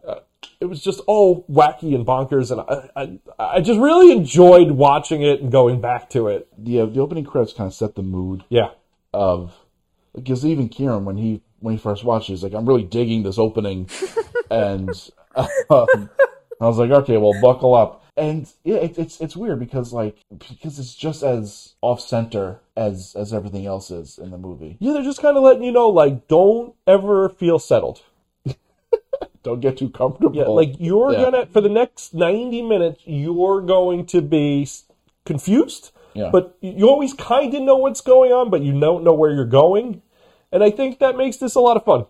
Speaker 7: Uh, it was just all wacky and bonkers, and I, I I just really enjoyed watching it and going back to it.
Speaker 5: the uh, the opening credits kind of set the mood
Speaker 7: Yeah,
Speaker 5: of because even Kieran when he when he first watched, it, he's like, I'm really digging this opening, and um, I was like, okay, well, buckle up. And yeah, it, it's it's weird because like because it's just as off center as as everything else is in the movie.
Speaker 7: yeah, they're just kind of letting you know, like, don't ever feel settled.
Speaker 5: Don't get too comfortable.
Speaker 7: Yeah, like you're
Speaker 5: Oh, Yeah.
Speaker 7: gonna for the next ninety minutes, you're going to be s- confused.
Speaker 5: Yeah.
Speaker 7: But you always kind of know what's going on, but you don't know where you're going, and I think that makes this a lot of fun.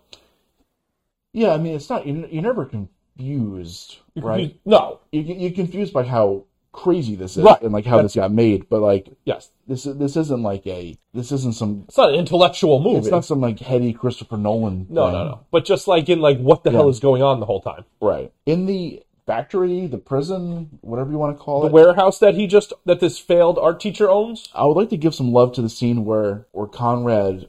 Speaker 5: yeah, I mean, it's not you're, you're never confused, right?
Speaker 7: No,
Speaker 5: you get- you're confused by how crazy this is
Speaker 7: Right.
Speaker 5: and like how this got made. But like
Speaker 7: Yes,
Speaker 5: this is this isn't like a this isn't some
Speaker 7: it's not an intellectual movie.
Speaker 5: it's not some like heady Christopher Nolan.
Speaker 7: no,
Speaker 5: thing.
Speaker 7: no, no. But just like in like what the hell is going on the whole time.
Speaker 5: Right in the factory, the prison, whatever you want to call
Speaker 7: The
Speaker 5: it.
Speaker 7: warehouse that he just that this failed art teacher owns.
Speaker 5: I would like to give some love to the scene where where Conrad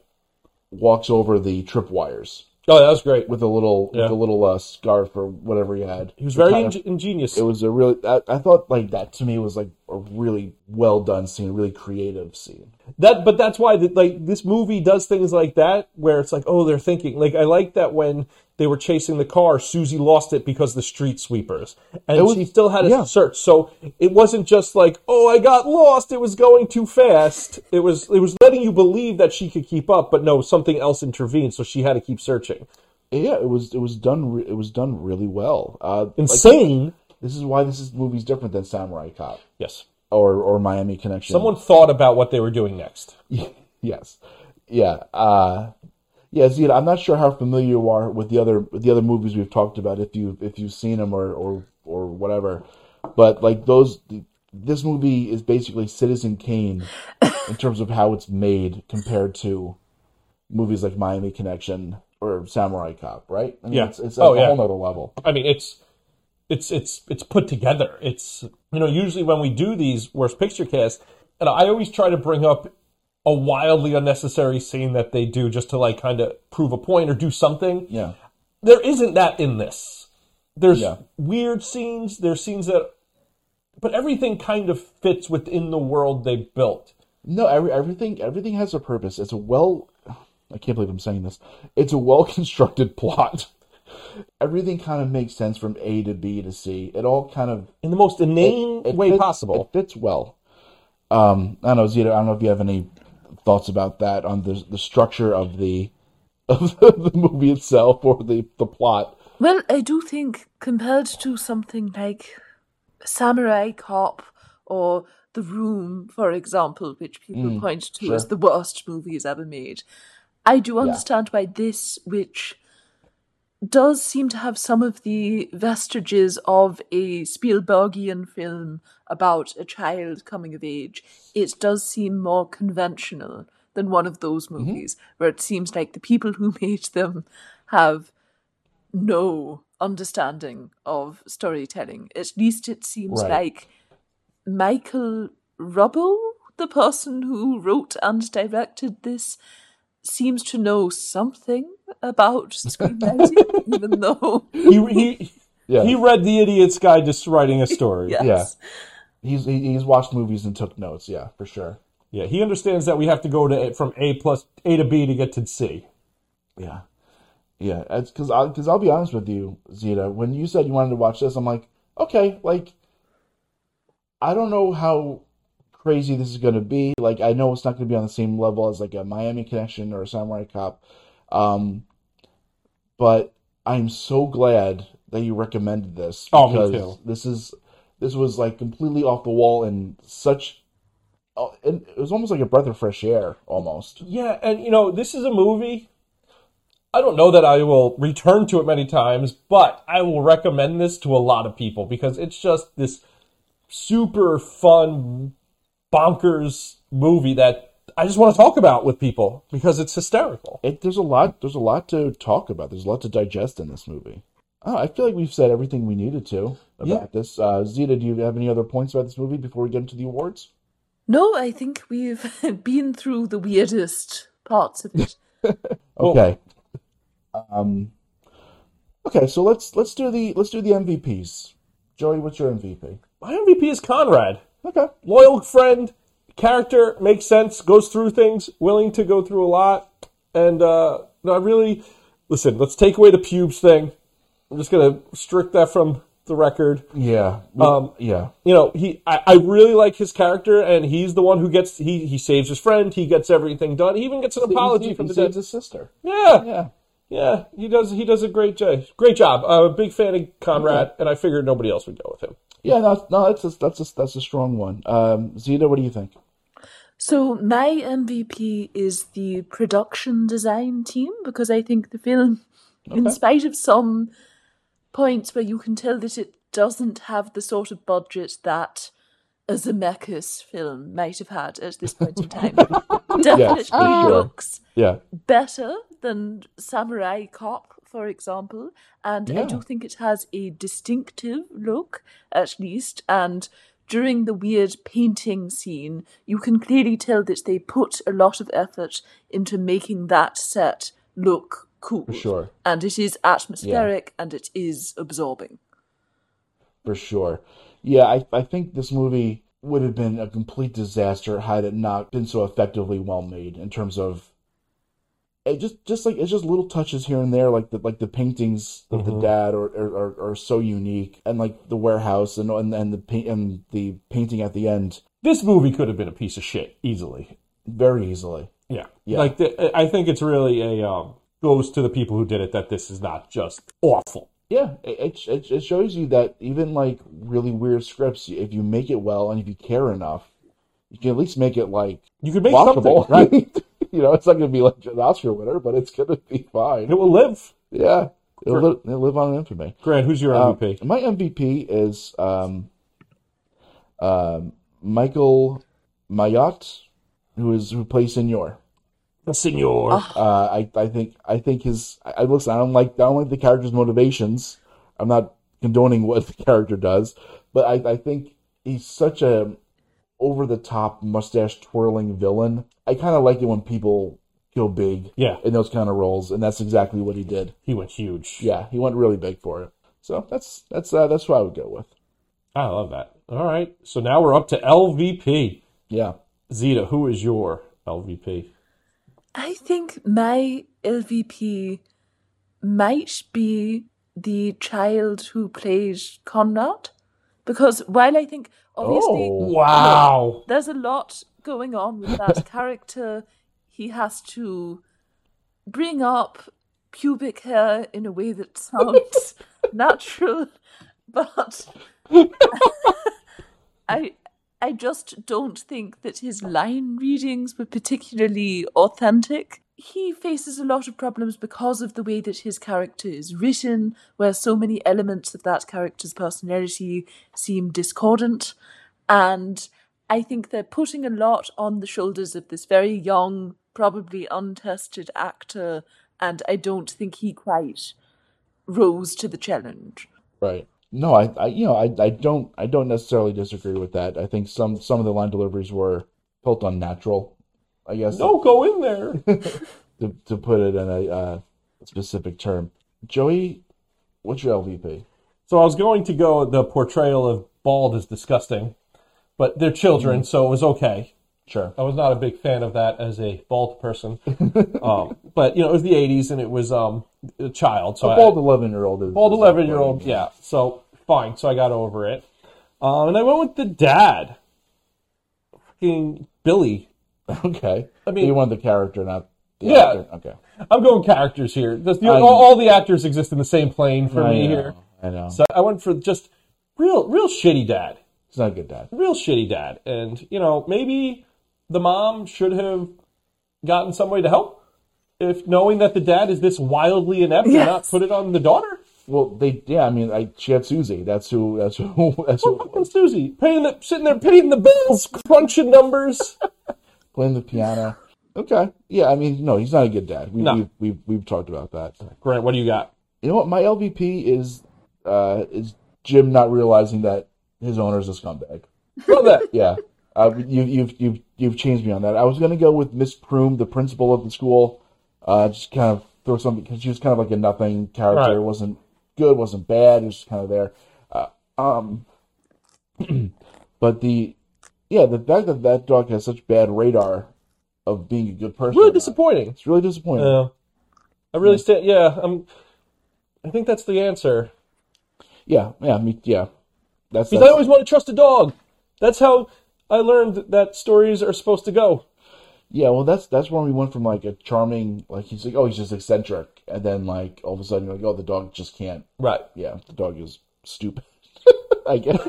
Speaker 5: walks over the tripwires
Speaker 7: Oh, that was great.
Speaker 5: with a little
Speaker 7: Yeah.
Speaker 5: with a little uh, scarf or whatever he had.
Speaker 7: He was very
Speaker 5: Kind of-
Speaker 7: inge- ingenious.
Speaker 5: it was a really. I, I thought like that to me was like a really well done scene, really creative scene.
Speaker 7: That, but that's why that like this movie does things like that where it's like, oh, they're thinking. Like I like that when they were chasing the car, Susie lost it because the street sweepers, and
Speaker 5: was-
Speaker 7: she still had a
Speaker 5: yeah.
Speaker 7: search. So it wasn't just like, oh, I got lost. It was going too fast. It was it was letting you believe that she could keep up, but no, something else intervened, so she had to keep searching.
Speaker 5: Yeah, it was it was done re- it was done really well. Uh,
Speaker 7: Insane.
Speaker 5: this is why this is, movie's different than Samurai Cop
Speaker 7: yes.
Speaker 5: or or Miami Connection.
Speaker 7: Someone thought about what they were doing next.
Speaker 5: yes, yeah, uh, yeah. Zita, I'm not sure how familiar you are with the other with the other movies we've talked about. If you if you've seen them or or or whatever, but like those, this movie is basically Citizen Kane in terms of how it's made compared to movies like Miami Connection or Samurai Cop, right? I mean,
Speaker 7: Yeah.
Speaker 5: it's it's
Speaker 7: Oh,
Speaker 5: a
Speaker 7: yeah.
Speaker 5: whole nother level.
Speaker 7: I mean, it's it's it's it's put together. It's you know, usually when we do these worst picture casts, and I always try to bring up a wildly unnecessary scene that they do just to like kind of prove a point or do something.
Speaker 5: Yeah.
Speaker 7: There isn't that in this. There's
Speaker 5: Yeah.
Speaker 7: weird scenes. There's scenes that, but everything kind of fits within the world they built.
Speaker 5: No, every, everything everything has a purpose. It's a well I can't believe I'm saying this. It's a well constructed plot. Everything kind of makes sense from A to B to C. It all kind of
Speaker 7: In the most inane
Speaker 5: it
Speaker 7: way
Speaker 5: fits-
Speaker 7: possible.
Speaker 5: It fits well. Um, I don't know, Zita. I don't know if you have any thoughts about that on the the structure of the of the movie itself or the the plot.
Speaker 6: Well, I do think compared to something like Samurai Cop or The Room, for example, which people point to as the worst movies ever made, I do understand why this, which does seem to have some of the vestiges of a Spielbergian film about a child coming of age, it does seem more conventional than one of those movies, where it seems like the people who made them have no understanding of storytelling. At least it seems
Speaker 5: Right.
Speaker 6: like Michael Rubble, the person who wrote and directed this, seems to know something about screenwriting, even though
Speaker 7: He he
Speaker 5: Yeah,
Speaker 7: he read the Idiot's Guide to Writing a Story.
Speaker 6: yes,
Speaker 5: he's he- he's watched movies and took notes. Yeah, for sure.
Speaker 7: Yeah, he understands that we have to go to from A plus A to B to get to C.
Speaker 5: Yeah, yeah. It's because I because I'll be honest with you, Zita. When you said you wanted to watch this, I'm like, okay, like I don't know how crazy this is going to be. Like I know it's not going to be on the same level as like a Miami Connection or a Samurai Cop, um, but I'm so glad that you recommended this
Speaker 7: Oh, me
Speaker 5: because
Speaker 7: too.
Speaker 5: this is this was like completely off the wall and such. oh, and It was almost like a breath of fresh air, almost.
Speaker 7: Yeah, and you know, this is a movie. I don't know that I will return to it many times, but I will recommend this to a lot of people because it's just this super fun, bonkers movie that I just want to talk about with people because it's hysterical.
Speaker 5: it there's a lot there's a lot to talk about. There's a lot to digest in this movie. Oh, I feel like we've said everything we needed to about
Speaker 7: Yeah.
Speaker 5: this. Uh, Zita, do you have any other points about this movie before we get into the awards?
Speaker 6: No, I think we've been through the weirdest parts of it.
Speaker 5: Okay. Um, okay, so let's let's do the let's do the MVPs. Joey, what's your MVP?
Speaker 7: My MVP is Conrad.
Speaker 5: Okay.
Speaker 7: loyal friend, character makes sense, goes through things, willing to go through a lot, and uh, no, I really listen. Let's take away the pubes thing. I'm just gonna strike that from the record.
Speaker 5: Yeah. Um, yeah.
Speaker 7: You know, he I, I really like his character, and he's the one who gets he he saves his friend. He gets everything done. He even gets an apology
Speaker 5: He- he
Speaker 7: from the
Speaker 5: saves
Speaker 7: dead.
Speaker 5: his sister.
Speaker 7: Yeah, yeah,
Speaker 5: Yeah.
Speaker 7: He does he does a great job. Great job. I'm a big fan of Conrad, and I figured nobody else would go with him.
Speaker 5: Yeah, no, no that's a, that's a, that's a strong one. Um, Zita, what do you think?
Speaker 6: So my MVP is the production design team because I think the film, in spite of some points where you can tell that it doesn't have the sort of budget that a Zemeckis film might have had at this point in time
Speaker 5: for
Speaker 6: definitely
Speaker 5: sure.
Speaker 6: looks
Speaker 5: Yeah.
Speaker 6: better than Samurai Cop, for example. And I
Speaker 5: Yeah.
Speaker 6: do think it has a distinctive look, at least. And during the weird painting scene, you can clearly tell that they put a lot of effort into making that set look cool. For
Speaker 5: sure.
Speaker 6: And it is atmospheric and it is absorbing.
Speaker 5: for sure. Yeah, I, I think this movie would have been a complete disaster had it not been so effectively well made in terms of it just just like it's just little touches here and there, like the like the paintings of the dad are, are, are, are so unique, and like the warehouse and and, and the paint and the painting at the end
Speaker 7: This movie could have been a piece of shit easily.
Speaker 5: very easily.
Speaker 7: Yeah.
Speaker 5: Yeah.
Speaker 7: Like, the, I think it's really a, um, goes to the people who did it that this is not just awful.
Speaker 5: Yeah, it, it it- it shows you that even like really weird scripts, if you make it well and if you care enough, you can at least make it like
Speaker 7: You could make
Speaker 5: watchable,
Speaker 7: something, right?
Speaker 5: right? you know, it's not going to be like an Oscar winner, but it's going to be fine.
Speaker 7: It will live.
Speaker 5: Yeah, it'll, li- it'll live on infamy.
Speaker 7: Grant, who's your
Speaker 5: Uh,
Speaker 7: MVP?
Speaker 5: my MVP is um, um, Michael Mayotte, who is who plays Senor.
Speaker 7: Senor.
Speaker 5: Uh, I I think I think his I I- listen. I don't like I don't like the character's motivations. I'm not condoning what the character does, but I I think he's such a over the top mustache twirling villain. I kind of like it when people go big,
Speaker 7: Yeah.
Speaker 5: in those kind of roles, and that's exactly what he did.
Speaker 7: He went huge.
Speaker 5: Yeah, he went really big for it. So that's that's uh, that's what I would go with.
Speaker 7: I love that. All right. So now we're up to LVP.
Speaker 5: Yeah,
Speaker 7: Zeta, who is your LVP?
Speaker 6: I think my LVP might be the child who plays Conrad, because while I think obviously
Speaker 5: Oh.
Speaker 7: Wow.
Speaker 6: there's a lot going on with that character, he has to bring up pubic hair in a way that sounds natural, but I I just don't think that his line readings were particularly authentic. He faces a lot of problems because of the way that his character is written, where so many elements of that character's personality seem discordant. And I think they're putting a lot on the shoulders of this very young, probably untested actor, and I don't think he quite rose to the challenge.
Speaker 5: right. No, I, I you know I, I don't I don't necessarily disagree with that. I think some some of the line deliveries were felt unnatural. I guess
Speaker 7: Don't go in there.
Speaker 5: to, to put it in a uh, specific term. Joey, what's your LVP?
Speaker 7: so I was going to go the portrayal of bald is disgusting, but they're
Speaker 5: Mm.
Speaker 7: children, so it was okay.
Speaker 5: Sure.
Speaker 7: I was not a big fan of that as a bald person. um, but, you know, it was the 80s and it was um, a child. So I-
Speaker 5: Bald 11 year old is.
Speaker 7: bald
Speaker 5: is
Speaker 7: 11 year old, yeah. So fine. So I got over it. Um, and I went with the dad. Fucking Billy.
Speaker 5: Okay. I
Speaker 7: mean-
Speaker 5: you want the character, not the
Speaker 7: Yeah.
Speaker 5: actor. Okay.
Speaker 7: I'm going characters here. Just- you know, all, all the actors exist in the same plane for
Speaker 5: I
Speaker 7: me
Speaker 5: know,
Speaker 7: here.
Speaker 5: I know.
Speaker 7: So I went for just real, real shitty dad,
Speaker 5: He's not a good dad.
Speaker 7: real shitty dad, and you know maybe the mom should have gotten some way to help. If knowing that the dad is this wildly inept, and not
Speaker 6: Yes.
Speaker 7: put it on the daughter.
Speaker 5: Well, they. Yeah, I mean, I, she had Susie. That's who. That's who. That's who.
Speaker 7: Fucking Susie, paying the, sitting there paying the bills, crunching numbers.
Speaker 5: Playing the piano. Okay. Yeah, I mean, no, he's not a good dad. We,
Speaker 7: No.
Speaker 5: we've, we've, we've talked about that.
Speaker 7: Grant, what do you got?
Speaker 5: You know what? My LVP is uh, is Jim not realizing that his owner's a scumbag.
Speaker 7: Love that.
Speaker 5: Yeah, uh, you, you've you've you've changed me on that. I was gonna go with Miss Proom, the principal of the school. Uh, just kind of throw something because she was kind of like a nothing character.
Speaker 7: Right.
Speaker 5: wasn't good, wasn't bad. It was just kind of there. Uh, um, but the yeah, the fact that that dog has such bad radar of being a good person,
Speaker 7: Really disappointing.
Speaker 5: It's really disappointing.
Speaker 7: Yeah. I really stand. Yeah, I'm. I think that's the answer.
Speaker 5: yeah, yeah, me, yeah. That's,
Speaker 7: Because
Speaker 5: that's-
Speaker 7: I always want to trust a dog. That's how I learned that stories are supposed to go.
Speaker 5: Yeah, well, that's that's when we went from like a charming, like he's like, oh, he's just eccentric, and then like all of a sudden you're like, oh, the dog just can't.
Speaker 7: Right.
Speaker 5: Yeah, the dog is stupid. I guess.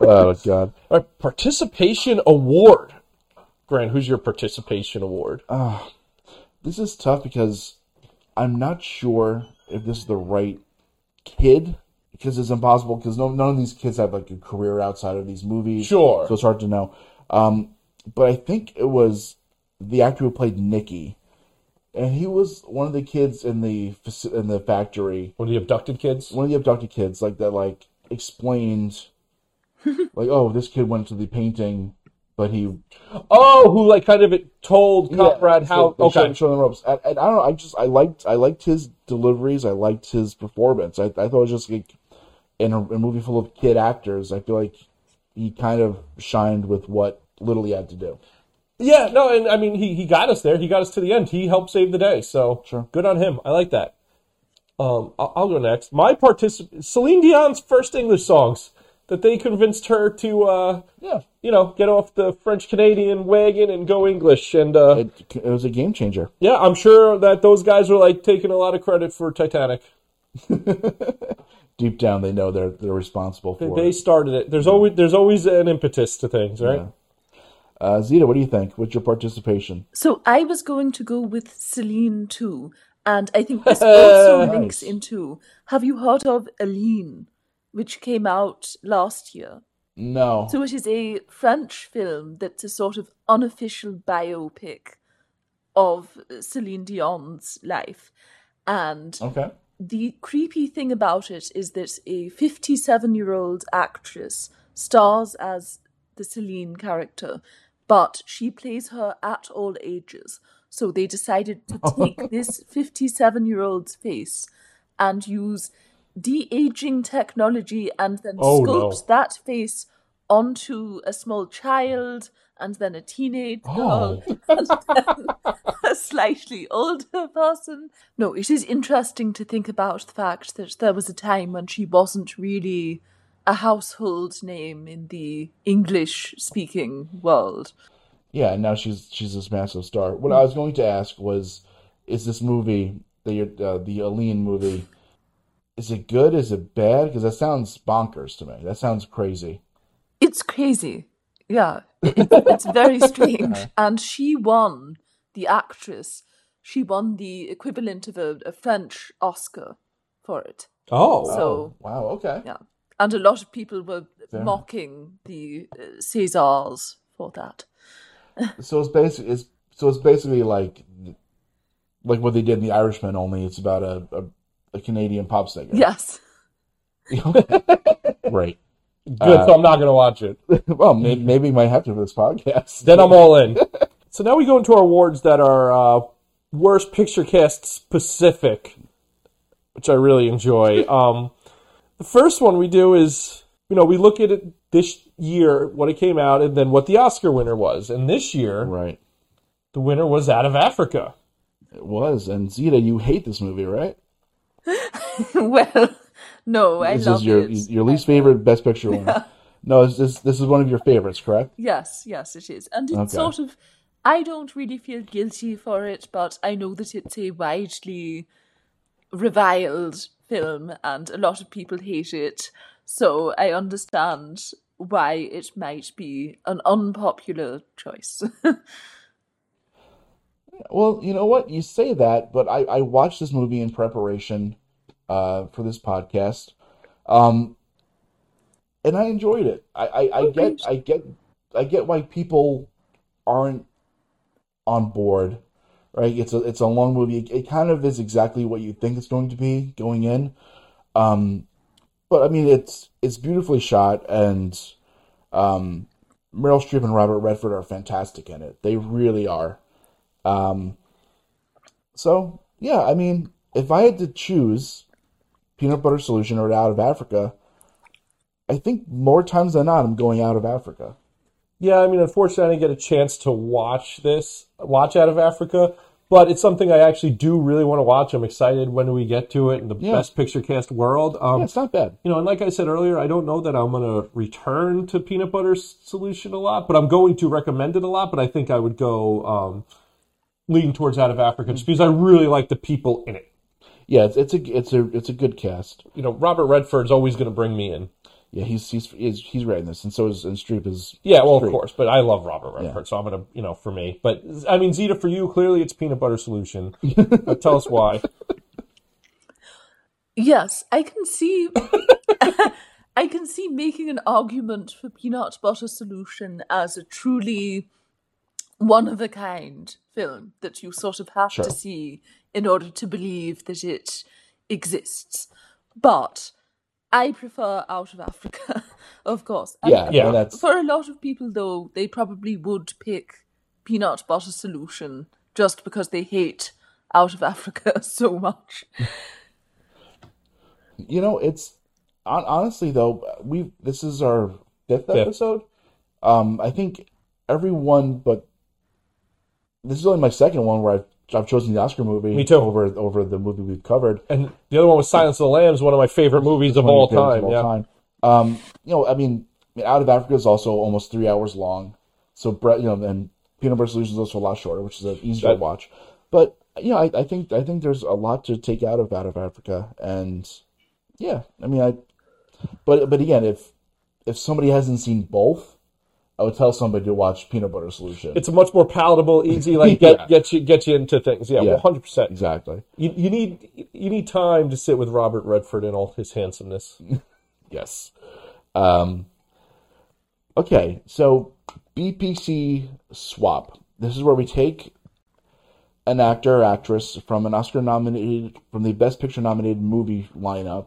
Speaker 5: oh God.
Speaker 7: All right. Participation award. Grant, who's your participation award?
Speaker 5: Uh, This is tough because I'm not sure if this is the right kid because it's impossible because no, none of these kids have like a career outside of these movies.
Speaker 7: Sure.
Speaker 5: So it's hard to know. Um, but I think it was the actor who played Nicky, and he was one of the kids in the faci- in the factory,
Speaker 7: One of the abducted kids.
Speaker 5: one of the abducted kids, like that, like explained, like, oh, this kid went to the painting, but he
Speaker 7: Oh, who like kind of told Conrad
Speaker 5: yeah,
Speaker 7: how?
Speaker 5: so they showed-
Speaker 7: okay,
Speaker 5: showed him the ropes. And, and I don't know. I just I liked I liked his deliveries. I liked his performance. I, I thought it was just like in a, a movie full of kid actors. I feel like he kind of shined with what little he had to do.
Speaker 7: yeah, no, and I mean he he got us there. He got us to the end. He helped save the day. So
Speaker 5: Sure.
Speaker 7: good on him. I like that. Um, I'll, I'll go next. My particip Celine Dion's first English songs that they convinced her to, uh,
Speaker 5: Yeah,
Speaker 7: you know, get off the French Canadian wagon and go English. And uh,
Speaker 5: it, it was a game changer.
Speaker 7: yeah, I'm sure that those guys were like taking a lot of credit for Titanic.
Speaker 5: Deep down, they know they're they're responsible for
Speaker 7: They
Speaker 5: it.
Speaker 7: started it. There's always there's always an impetus to things, right?
Speaker 5: Uh, Zita, what do you think? What's your participation?
Speaker 6: So I was going to go with Celine too, and I think this also links into Have you heard of Aline, which came out last year?
Speaker 5: No,
Speaker 6: So it is a French film that's a sort of unofficial biopic of Celine Dion's life. And
Speaker 5: okay,
Speaker 6: the creepy thing about it is that a 57 year old actress stars as the Celine character, but she plays her at all ages. So they decided to take this 57 year old's face and use de aging technology and then
Speaker 7: Oh, no.
Speaker 6: sculpt that face onto a small child and then a teenage
Speaker 7: Oh.
Speaker 6: girl and then a slightly older person. No, it is interesting to think about the fact that there was a time when she wasn't really a household name in the English speaking world.
Speaker 5: yeah. and Now she's she's this massive star. What I was going to ask was, is this movie that you're, uh, the Aline movie? Is it good? Is it bad? Because that sounds bonkers to me. That sounds crazy.
Speaker 6: It's crazy. Yeah. It- it's very strange. And she won the actress. She won the equivalent of a, a French Oscar for it.
Speaker 7: Oh,
Speaker 6: So
Speaker 5: Wow. Okay.
Speaker 6: Yeah. And a lot of people were mocking the uh, Caesars for that.
Speaker 5: So it's basically it's so it's basically like like what they did in The Irishman. Only it's about a a, a Canadian pop singer.
Speaker 6: Yes.
Speaker 5: Right.
Speaker 7: good. so I'm not gonna watch it.
Speaker 5: Well, maybe, maybe we might have to for this podcast.
Speaker 7: Then I'm all in. so now we go into our awards that are uh, worst picture cast specific, which I really enjoy. Um, the first one we do is you know we look at it this year what it came out and then what the Oscar winner was, and this year
Speaker 5: Right.
Speaker 7: the winner was Out of Africa.
Speaker 5: It was. And Zita, you hate this movie, right?
Speaker 6: well, no, I
Speaker 5: this
Speaker 6: love
Speaker 5: is your
Speaker 6: it.
Speaker 5: your least favorite Best Picture winner. No, this this this is one of your favorites, correct?
Speaker 6: Yes, yes, it is. And it's
Speaker 5: Okay.
Speaker 6: sort of, I don't really feel guilty for it, but I know that it's a widely reviled film and a lot of people hate it. So I understand why it might be an unpopular choice.
Speaker 5: Well, you know what? You say that, but I, I watched this movie in preparation uh, for this podcast, um, and I enjoyed it. I, I, I get I get I get why people aren't on board. Right? It's a it's a long movie. It, it kind of is exactly what you think it's going to be going in. Um, but I mean, it's it's beautifully shot, and um, Meryl Streep and Robert Redford are fantastic in it. They really are. Um, so yeah, I mean, if I had to choose peanut butter solution or out of Africa, I think more times than not I'm going out of Africa.
Speaker 7: Yeah, I mean, unfortunately, I didn't get a chance to watch this, watch Out of Africa, but it's something I actually do really want to watch. I'm excited when we get to it in the
Speaker 5: Yeah.
Speaker 7: best picture cast world. Um,
Speaker 5: Yeah, it's not bad.
Speaker 7: you know, and like I said earlier, I don't know that I'm going to return to peanut butter s- solution a lot, but I'm going to recommend it a lot. But I think I would go um, leaning towards Out of Africa
Speaker 5: Mm-hmm.
Speaker 7: just because I really like the people in it.
Speaker 5: Yeah, it's, it's a it's a it's a good cast.
Speaker 7: You know, Robert Redford's always going to bring me in.
Speaker 5: Yeah, he's he's he's, he's writing this, and so is and Streep is.
Speaker 7: Yeah, well, of
Speaker 5: Streep.
Speaker 7: course, but I love Robert Redford, so I'm gonna, you know, for me. But I mean, Zeta, for you, clearly it's peanut butter solution. but tell us why.
Speaker 6: Yes, I can see. I can see making an argument for peanut butter solution as a truly one of a kind film that you sort of have to see in order to believe that it exists. But I prefer Out of Africa, of course. And
Speaker 5: Yeah, yeah. That's
Speaker 6: For a lot of people, though, they probably would pick peanut butter solution just because they hate Out of Africa so much.
Speaker 5: you know it's hon- honestly though we this is our fifth episode. Um, I think everyone but this is only my second one where I've I've chosen the Oscar movie
Speaker 7: Me too.
Speaker 5: over over the movie we've covered.
Speaker 7: And the other one was Silence of the Lambs, one of my favorite movies of all
Speaker 5: One
Speaker 7: time.
Speaker 5: of
Speaker 7: yeah.
Speaker 5: your favorites of all time. Um, you know, I mean, I mean, Out of Africa is also almost three hours long. So, Bre- you know, and Peanut Butter Solution is also a lot shorter, which is an easier
Speaker 7: That-
Speaker 5: watch. But you know, I, I think I think there's a lot to take out of Out of Africa, and yeah, I mean, I. But but again, if if somebody hasn't seen both, I would tell somebody to watch Peanut Butter Solution.
Speaker 7: It's much more palatable, easy, like get,
Speaker 5: Yeah.
Speaker 7: get you get you into things. Yeah,
Speaker 5: Yeah.
Speaker 7: one hundred percent.
Speaker 5: exactly
Speaker 7: You you need you need time to sit with Robert Redford and all his handsomeness.
Speaker 5: yes. Um, Okay, so BPC swap. This is where we take an actor or actress from an Oscar nominated, from the Best Picture nominated movie lineup,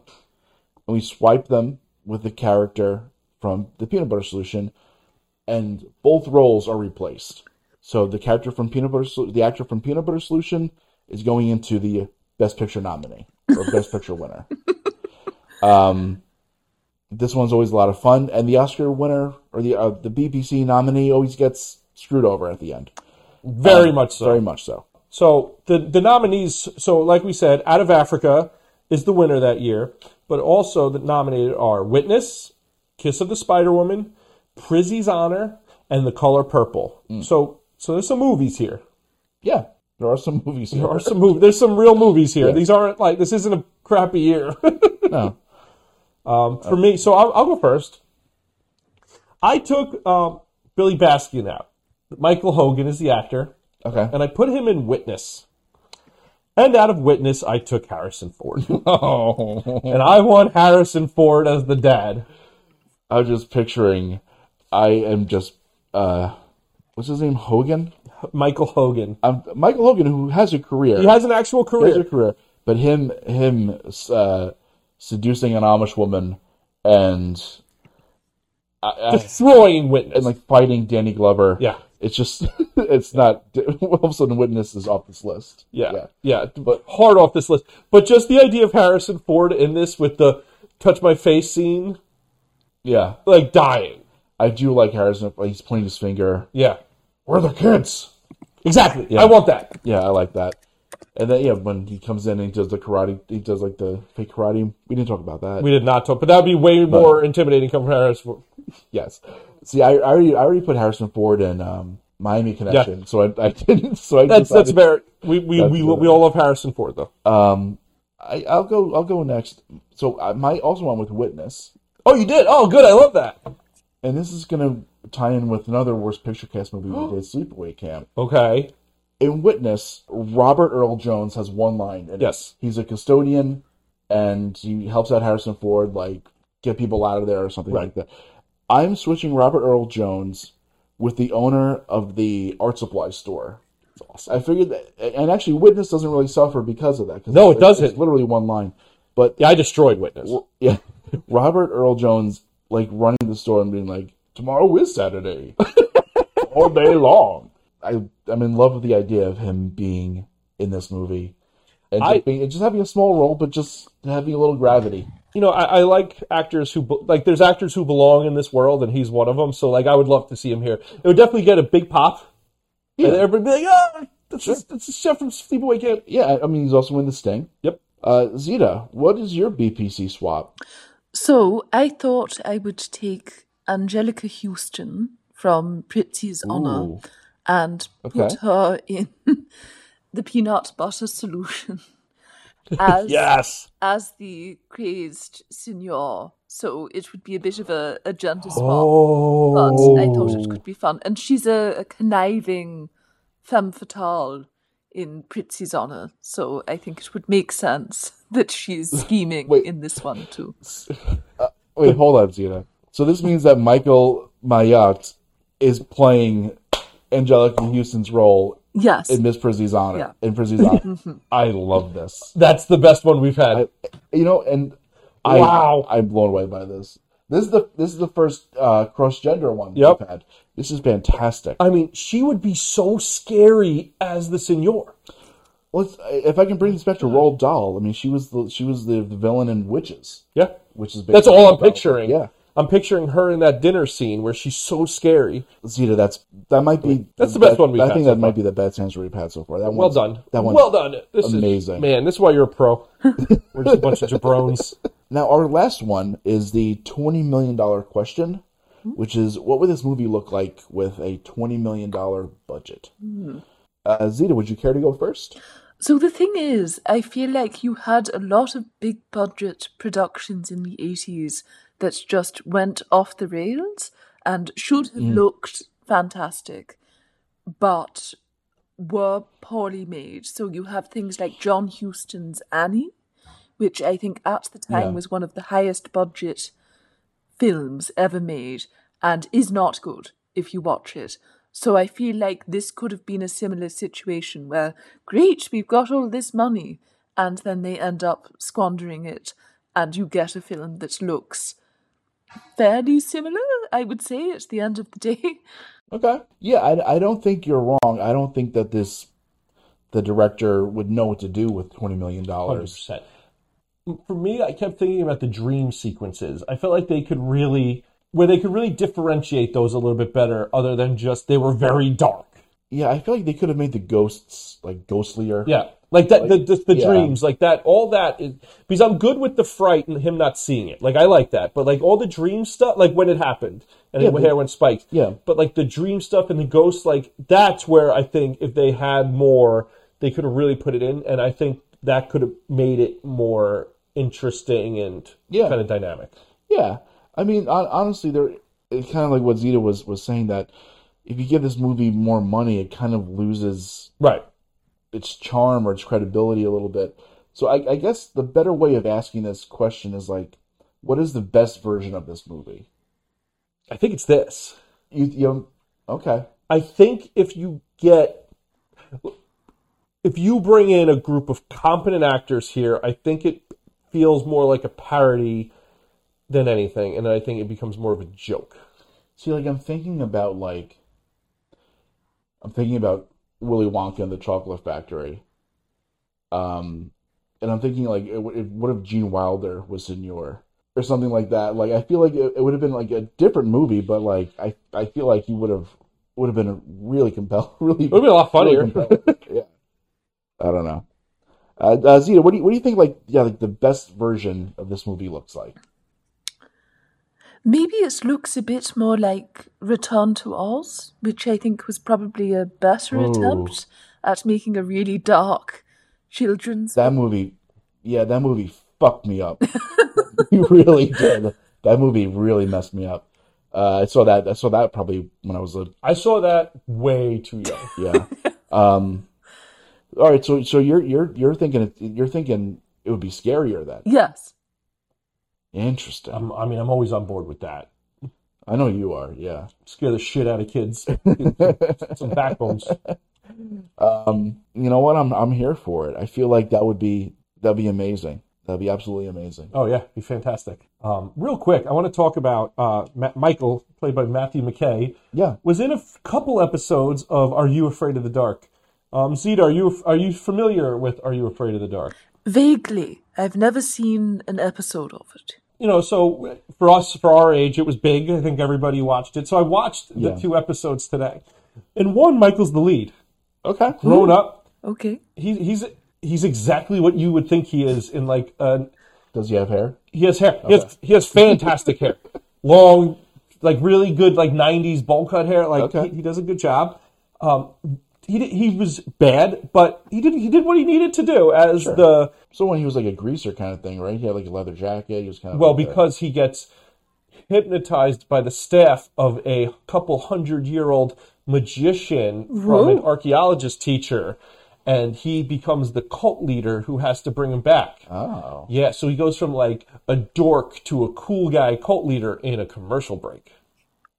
Speaker 5: and we swipe them with the character from the Peanut Butter Solution, and both roles are replaced. So the character from Peanut Butter, Sol- the actor from Peanut Butter Solution is going into the Best Picture nominee or Best Picture winner. Um, this one's always a lot of fun, and the Oscar winner or the uh, the BBC nominee always gets screwed over at the end.
Speaker 7: Very much so.
Speaker 5: Very much so.
Speaker 7: So the the nominees. So like we said, Out of Africa is the winner that year, but also the nominated are Witness, Kiss of the Spider Woman, Prizzy's Honor, and The Color Purple. So so there's some movies here.
Speaker 5: Yeah, there are some movies. There
Speaker 7: There are some movies. There's some real movies here. These aren't like this isn't a crappy year.
Speaker 5: No.
Speaker 7: Um, for me, so I'll, I'll go first. I took um, Billy Baskin out. Michael Hogan is the actor,
Speaker 5: Okay.
Speaker 7: and I put him in Witness. And out of Witness, I took Harrison Ford,
Speaker 5: Oh,
Speaker 7: and I want Harrison Ford as the dad.
Speaker 5: I was just picturing. I am just. uh What's his name? Hogan.
Speaker 7: Michael Hogan.
Speaker 5: Um, Michael Hogan, who has a career.
Speaker 7: He has an actual
Speaker 5: He has a
Speaker 7: career.
Speaker 5: career, but him him uh, seducing an Amish woman and
Speaker 7: Destroying Witness.
Speaker 5: and like fighting Danny Glover.
Speaker 7: Yeah.
Speaker 5: It's just, it's not. All of a sudden, Witness is off this list.
Speaker 7: Yeah, yeah, but hard off this list. But just the idea of Harrison Ford in this with the touch my face scene,
Speaker 5: Yeah.
Speaker 7: like dying.
Speaker 5: I do like Harrison. He's pointing his finger.
Speaker 7: Yeah,
Speaker 5: Where are the kids?
Speaker 7: exactly. I want that.
Speaker 5: Yeah, I like that. And then yeah, when he comes in and he does the karate, he does like the fake karate. We didn't talk about that.
Speaker 7: We did not talk, but that would be way more intimidating coming from Harrison Ford.
Speaker 5: yes. See, I, I already I already put Harrison Ford in um, Miami Connection, so I, I didn't. So I
Speaker 7: That's that's
Speaker 5: decided-
Speaker 7: very we we,
Speaker 5: That's
Speaker 7: we,
Speaker 5: good.
Speaker 7: we all love Harrison Ford though.
Speaker 5: Um, I, I'll go. I'll go next. So I might also went with Witness,
Speaker 7: oh, you did. Oh, good. I love that.
Speaker 5: and this is gonna tie in with another worst picture cast movie we did, Sleepaway Camp.
Speaker 7: Okay.
Speaker 5: in Witness, Robert Earl Jones has one line. In it.
Speaker 7: Yes.
Speaker 5: he's a custodian, and he helps out Harrison Ford, like get people out of there or something like that. I'm switching Robert Earl Jones with the owner of the art supply store. I figured that, and actually, Witness doesn't really suffer because of that. 'cause
Speaker 7: No, it
Speaker 5: it's-
Speaker 7: doesn't.
Speaker 5: It's literally one line, but
Speaker 7: Yeah, I destroyed Witness.
Speaker 5: yeah, Robert Earl Jones like running the store and being like, "Tomorrow is Saturday, all day long." I I'm in love with the idea of him being in this movie and
Speaker 7: I-
Speaker 5: just, being, and just having a small role, but just having a little gravity.
Speaker 7: You know, I, I like actors who be- like. There's actors who belong in this world, and he's one of them. So, like, I would love to see him here. It would definitely get a big pop. And everybody be like, "Oh, that's the- that's the chef from Sleepaway Camp."
Speaker 5: Yeah, I- I mean he's also in The Sting.
Speaker 7: Yep.
Speaker 5: Uh, Zeta, what is your BPC swap?
Speaker 6: So I thought I would take Angelica Houston from Pritzi's Honor
Speaker 5: Ooh.
Speaker 6: and put
Speaker 5: Okay.
Speaker 6: her in the peanut butter solution as
Speaker 7: Yes.
Speaker 6: as the crazed signor. So it would be a bit of a, a gender swap. But I
Speaker 7: Oh.
Speaker 6: thought it could be fun. And she's a, a conniving femme fatale in Pritzi's honor, so I think it would make sense that she's scheming
Speaker 5: Wait.
Speaker 6: in this one too.
Speaker 5: Wait, hold on, Zena. So this means that Michael Mayotte is playing Angelica Houston's role
Speaker 6: Yes.
Speaker 5: in Miss Prizzy's honor.
Speaker 6: Yeah.
Speaker 5: In Prizzy's honor. I love this.
Speaker 7: That's the best one we've had.
Speaker 5: You know, and I,
Speaker 7: Wow.
Speaker 5: I'm blown away by this. This is the this is the first uh, cross gender one
Speaker 7: Yep.
Speaker 5: we've had. This is fantastic.
Speaker 7: I mean, she would be so scary as the senor.
Speaker 5: Let's if I can bring this back to Roald Dahl. I mean, she was the she was the, the villain in Witches,
Speaker 7: Yeah.
Speaker 5: which is
Speaker 7: That's
Speaker 5: basically
Speaker 7: all I'm
Speaker 5: about-
Speaker 7: picturing.
Speaker 5: Yeah,
Speaker 7: I'm picturing her in that dinner scene where she's so scary.
Speaker 5: Zeta, that's that might be
Speaker 7: That's the best
Speaker 5: that-
Speaker 7: one we've
Speaker 5: I
Speaker 7: had
Speaker 5: think
Speaker 7: so
Speaker 5: that might
Speaker 7: far.
Speaker 5: be the best answer we've had so far. That
Speaker 7: Well
Speaker 5: one's-
Speaker 7: done.
Speaker 5: That one.
Speaker 7: well done. This
Speaker 5: amazing.
Speaker 7: Is, man, this is why you're a pro. We're just a bunch of jabrones.
Speaker 5: Now our last one is the twenty million dollar question, which is what would this movie look like with a twenty million dollar budget? Uh, Zeta, would you care to go first?
Speaker 6: So the thing is, I feel like you had a lot of big budget productions in the 80s that just went off the rails and should have looked fantastic, but were poorly made. So you have things like John Huston's Annie, which I think at the time
Speaker 5: Yeah.
Speaker 6: was one of the highest budget films ever made and is not good if you watch it. So I feel like this could have been a similar situation where, great, we've got all this money, and then they end up squandering it, and you get a film that looks fairly similar, I would say, at the end of the day.
Speaker 5: Okay. Yeah, I, I don't think you're wrong. I don't think that this the director would know what to do with twenty million dollars.
Speaker 7: 100%. For me, I kept thinking about the dream sequences. I felt like they could really, where they could really differentiate those a little bit better, other than just they were very dark.
Speaker 5: Yeah, I feel like they could have made the ghosts like ghostlier.
Speaker 7: Yeah, like that, the, the, the
Speaker 5: yeah.
Speaker 7: dreams, like that, all that is because I'm good with the fright and him not seeing it. Like I like that, but like all the dream stuff, like when it happened and
Speaker 5: Yeah,
Speaker 7: the
Speaker 5: but-
Speaker 7: hair went spiked.
Speaker 5: yeah.
Speaker 7: but like the dream stuff and the ghosts, like that's where I think if they had more, they could have really put it in, and I think that could have made it more interesting and
Speaker 5: Yeah.
Speaker 7: kind of dynamic.
Speaker 5: Yeah, I mean, hon- honestly, there it's kind of like what Zeta was was saying that if you give this movie more money, it kind of loses
Speaker 7: Right.
Speaker 5: its charm or its credibility a little bit. So I, I guess the better way of asking this question is like, what is the best version of this movie?
Speaker 7: I think it's this.
Speaker 5: You, you okay?
Speaker 7: I think if you get if you bring in a group of competent actors here, I think it feels more like a parody than anything, and I think it becomes more of a joke.
Speaker 5: See, like I'm thinking about like I'm thinking about Willy Wonka and the Chocolate Factory. Um, and I'm thinking like, it, it, what if Gene Wilder was Senor or something like that? Like, I feel like it, it would have been like a different movie, but like I I feel like he would have would have been a really compelling, really
Speaker 7: It would be a lot funnier.
Speaker 5: really compelling. yeah, I don't know. Uh, uh, Zita, what do you what do you think? Like, yeah, like the best version of this movie looks like.
Speaker 6: Maybe it looks a bit more like Return to Oz, which I think was probably a better attempt at making a really dark children's
Speaker 5: That movie, yeah, that movie fucked me up. He really did. That movie really messed me up. Uh, I saw that. I saw that probably when I was a
Speaker 7: I saw that way too young.
Speaker 5: yeah. Um, all right, so so you're you're you're thinking it- you're thinking it would be scarier then.
Speaker 6: Yes.
Speaker 5: Interesting.
Speaker 7: I'm, I mean, I'm always on board with that.
Speaker 5: I know you are. Yeah.
Speaker 7: Scare the shit out of kids. Some backbones.
Speaker 5: Um, you know what? I'm I'm here for it. I feel like that would be that'd be amazing. That'd be absolutely amazing.
Speaker 7: Oh yeah, be fantastic. Um, real quick, I want to talk about uh, Ma- Michael, played by Matthew McKay.
Speaker 5: Yeah.
Speaker 7: was in a f- couple episodes of Are You Afraid of the Dark? Um, Zeta, are you are you familiar with Are You Afraid of the Dark?
Speaker 6: Vaguely. I've never seen an episode of it.
Speaker 7: You know, so for us, for our age, it was big. I think everybody watched it. So I watched the
Speaker 5: Yeah.
Speaker 7: two episodes today. In one, Michael's the lead,
Speaker 5: Okay.
Speaker 7: grown up.
Speaker 6: Okay.
Speaker 7: He, he's he's exactly what you would think he is in like an
Speaker 5: Does he have hair?
Speaker 7: He has hair. He, has, he has fantastic hair. Long, like really good, like '90s bowl cut hair. Like
Speaker 5: Okay.
Speaker 7: he, he does a good job. Um, he di- he was bad, but he did he did what he needed to do as the
Speaker 5: So when he was like a greaser kind of thing, right? He had like a leather jacket. He was kind of
Speaker 7: well
Speaker 5: like a-
Speaker 7: because he gets hypnotized by the staff of a couple hundred year old magician from an archaeologist teacher, and he becomes the cult leader who has to bring him back.
Speaker 5: Oh.
Speaker 7: Yeah, so he goes from like a dork to a cool guy cult leader in a commercial break.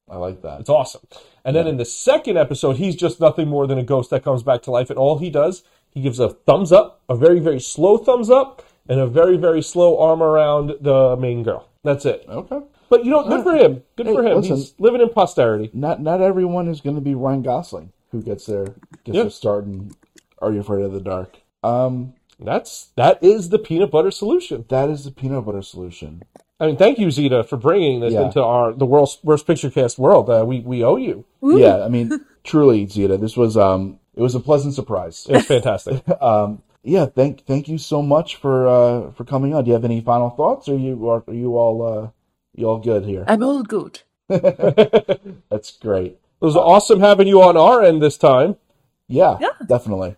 Speaker 5: I like that.
Speaker 7: It's awesome. And then in the second episode, he's just nothing more than a ghost that comes back to life. And all he does, he gives a thumbs up, a very, very slow thumbs up, and a very, very slow arm around the main girl. That's it.
Speaker 5: Okay.
Speaker 7: But you know, good for him. Good
Speaker 5: Hey,
Speaker 7: for him.
Speaker 5: listen.
Speaker 7: He's living in posterity.
Speaker 5: Not not everyone is going to be Ryan Gosling who gets their gets
Speaker 7: Yeah.
Speaker 5: their start in Are You Afraid of the Dark? Um,
Speaker 7: That's that is the peanut butter solution.
Speaker 5: that is the peanut butter solution.
Speaker 7: I mean, thank you, Zeta, for bringing this
Speaker 5: Yeah.
Speaker 7: into our the world's worst picture cast world. Uh, we we owe you.
Speaker 5: Yeah, I mean, truly, Zeta, this was um, it was a pleasant surprise.
Speaker 7: It's fantastic.
Speaker 5: Yeah, thank thank you so much for uh for coming on. Do you have any final thoughts? Or you are, are you all uh you all good here?
Speaker 6: I'm all good.
Speaker 5: That's great.
Speaker 7: It was awesome having you on our end this time.
Speaker 5: Yeah,
Speaker 6: Yeah.
Speaker 5: definitely.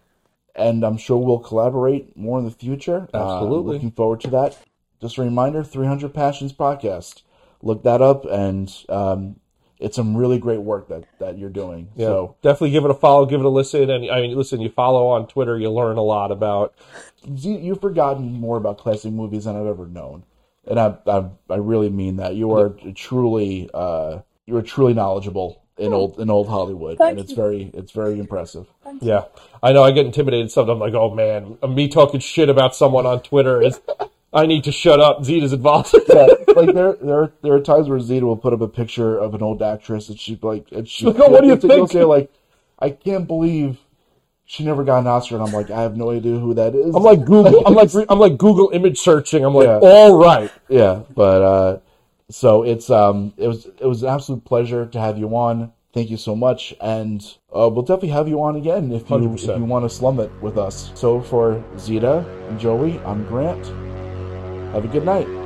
Speaker 5: And I'm sure we'll collaborate more in the future. Uh, I'm
Speaker 7: Absolutely.
Speaker 5: looking forward to that. Just a reminder 300 Passions Podcast. Look that up, and um, it's some really great work that, that you're doing.
Speaker 7: Yeah,
Speaker 5: So,
Speaker 7: definitely give it a follow, give it a listen, and I mean, listen. You follow on Twitter, you learn a lot about.
Speaker 5: you, you've forgotten more about classic movies than I've ever known. And I, I, I really mean that. You are truly, uh, you are truly knowledgeable in old in old Hollywood,
Speaker 6: Hmm. Thank
Speaker 5: and it's
Speaker 6: you.
Speaker 5: very it's very impressive.
Speaker 7: Yeah, I know. I get intimidated sometimes. I'm like, oh man, me talking shit about someone on Twitter is. I need to shut up. Zeta's involved.
Speaker 5: Yeah, like there, there, are, there are times where Zeta will put up a picture of an old actress, and she'd be like, and she,
Speaker 7: Like, "Oh, what do you
Speaker 5: she'll- she'll
Speaker 7: think?"
Speaker 5: Say like, I can't believe she never got an Oscar, and I'm like, I have no idea who that is.
Speaker 7: I'm like Google. I'm like I'm like Google image searching. I'm like,
Speaker 5: Yeah.
Speaker 7: all right.
Speaker 5: yeah, but uh, so it's um, it was it was an absolute pleasure to have you on. Thank you so much, and uh, we'll definitely have you on again if you if
Speaker 7: 100%.
Speaker 5: you want to slum it with us. So for Zeta and Joey, I'm Grant. Have a good night.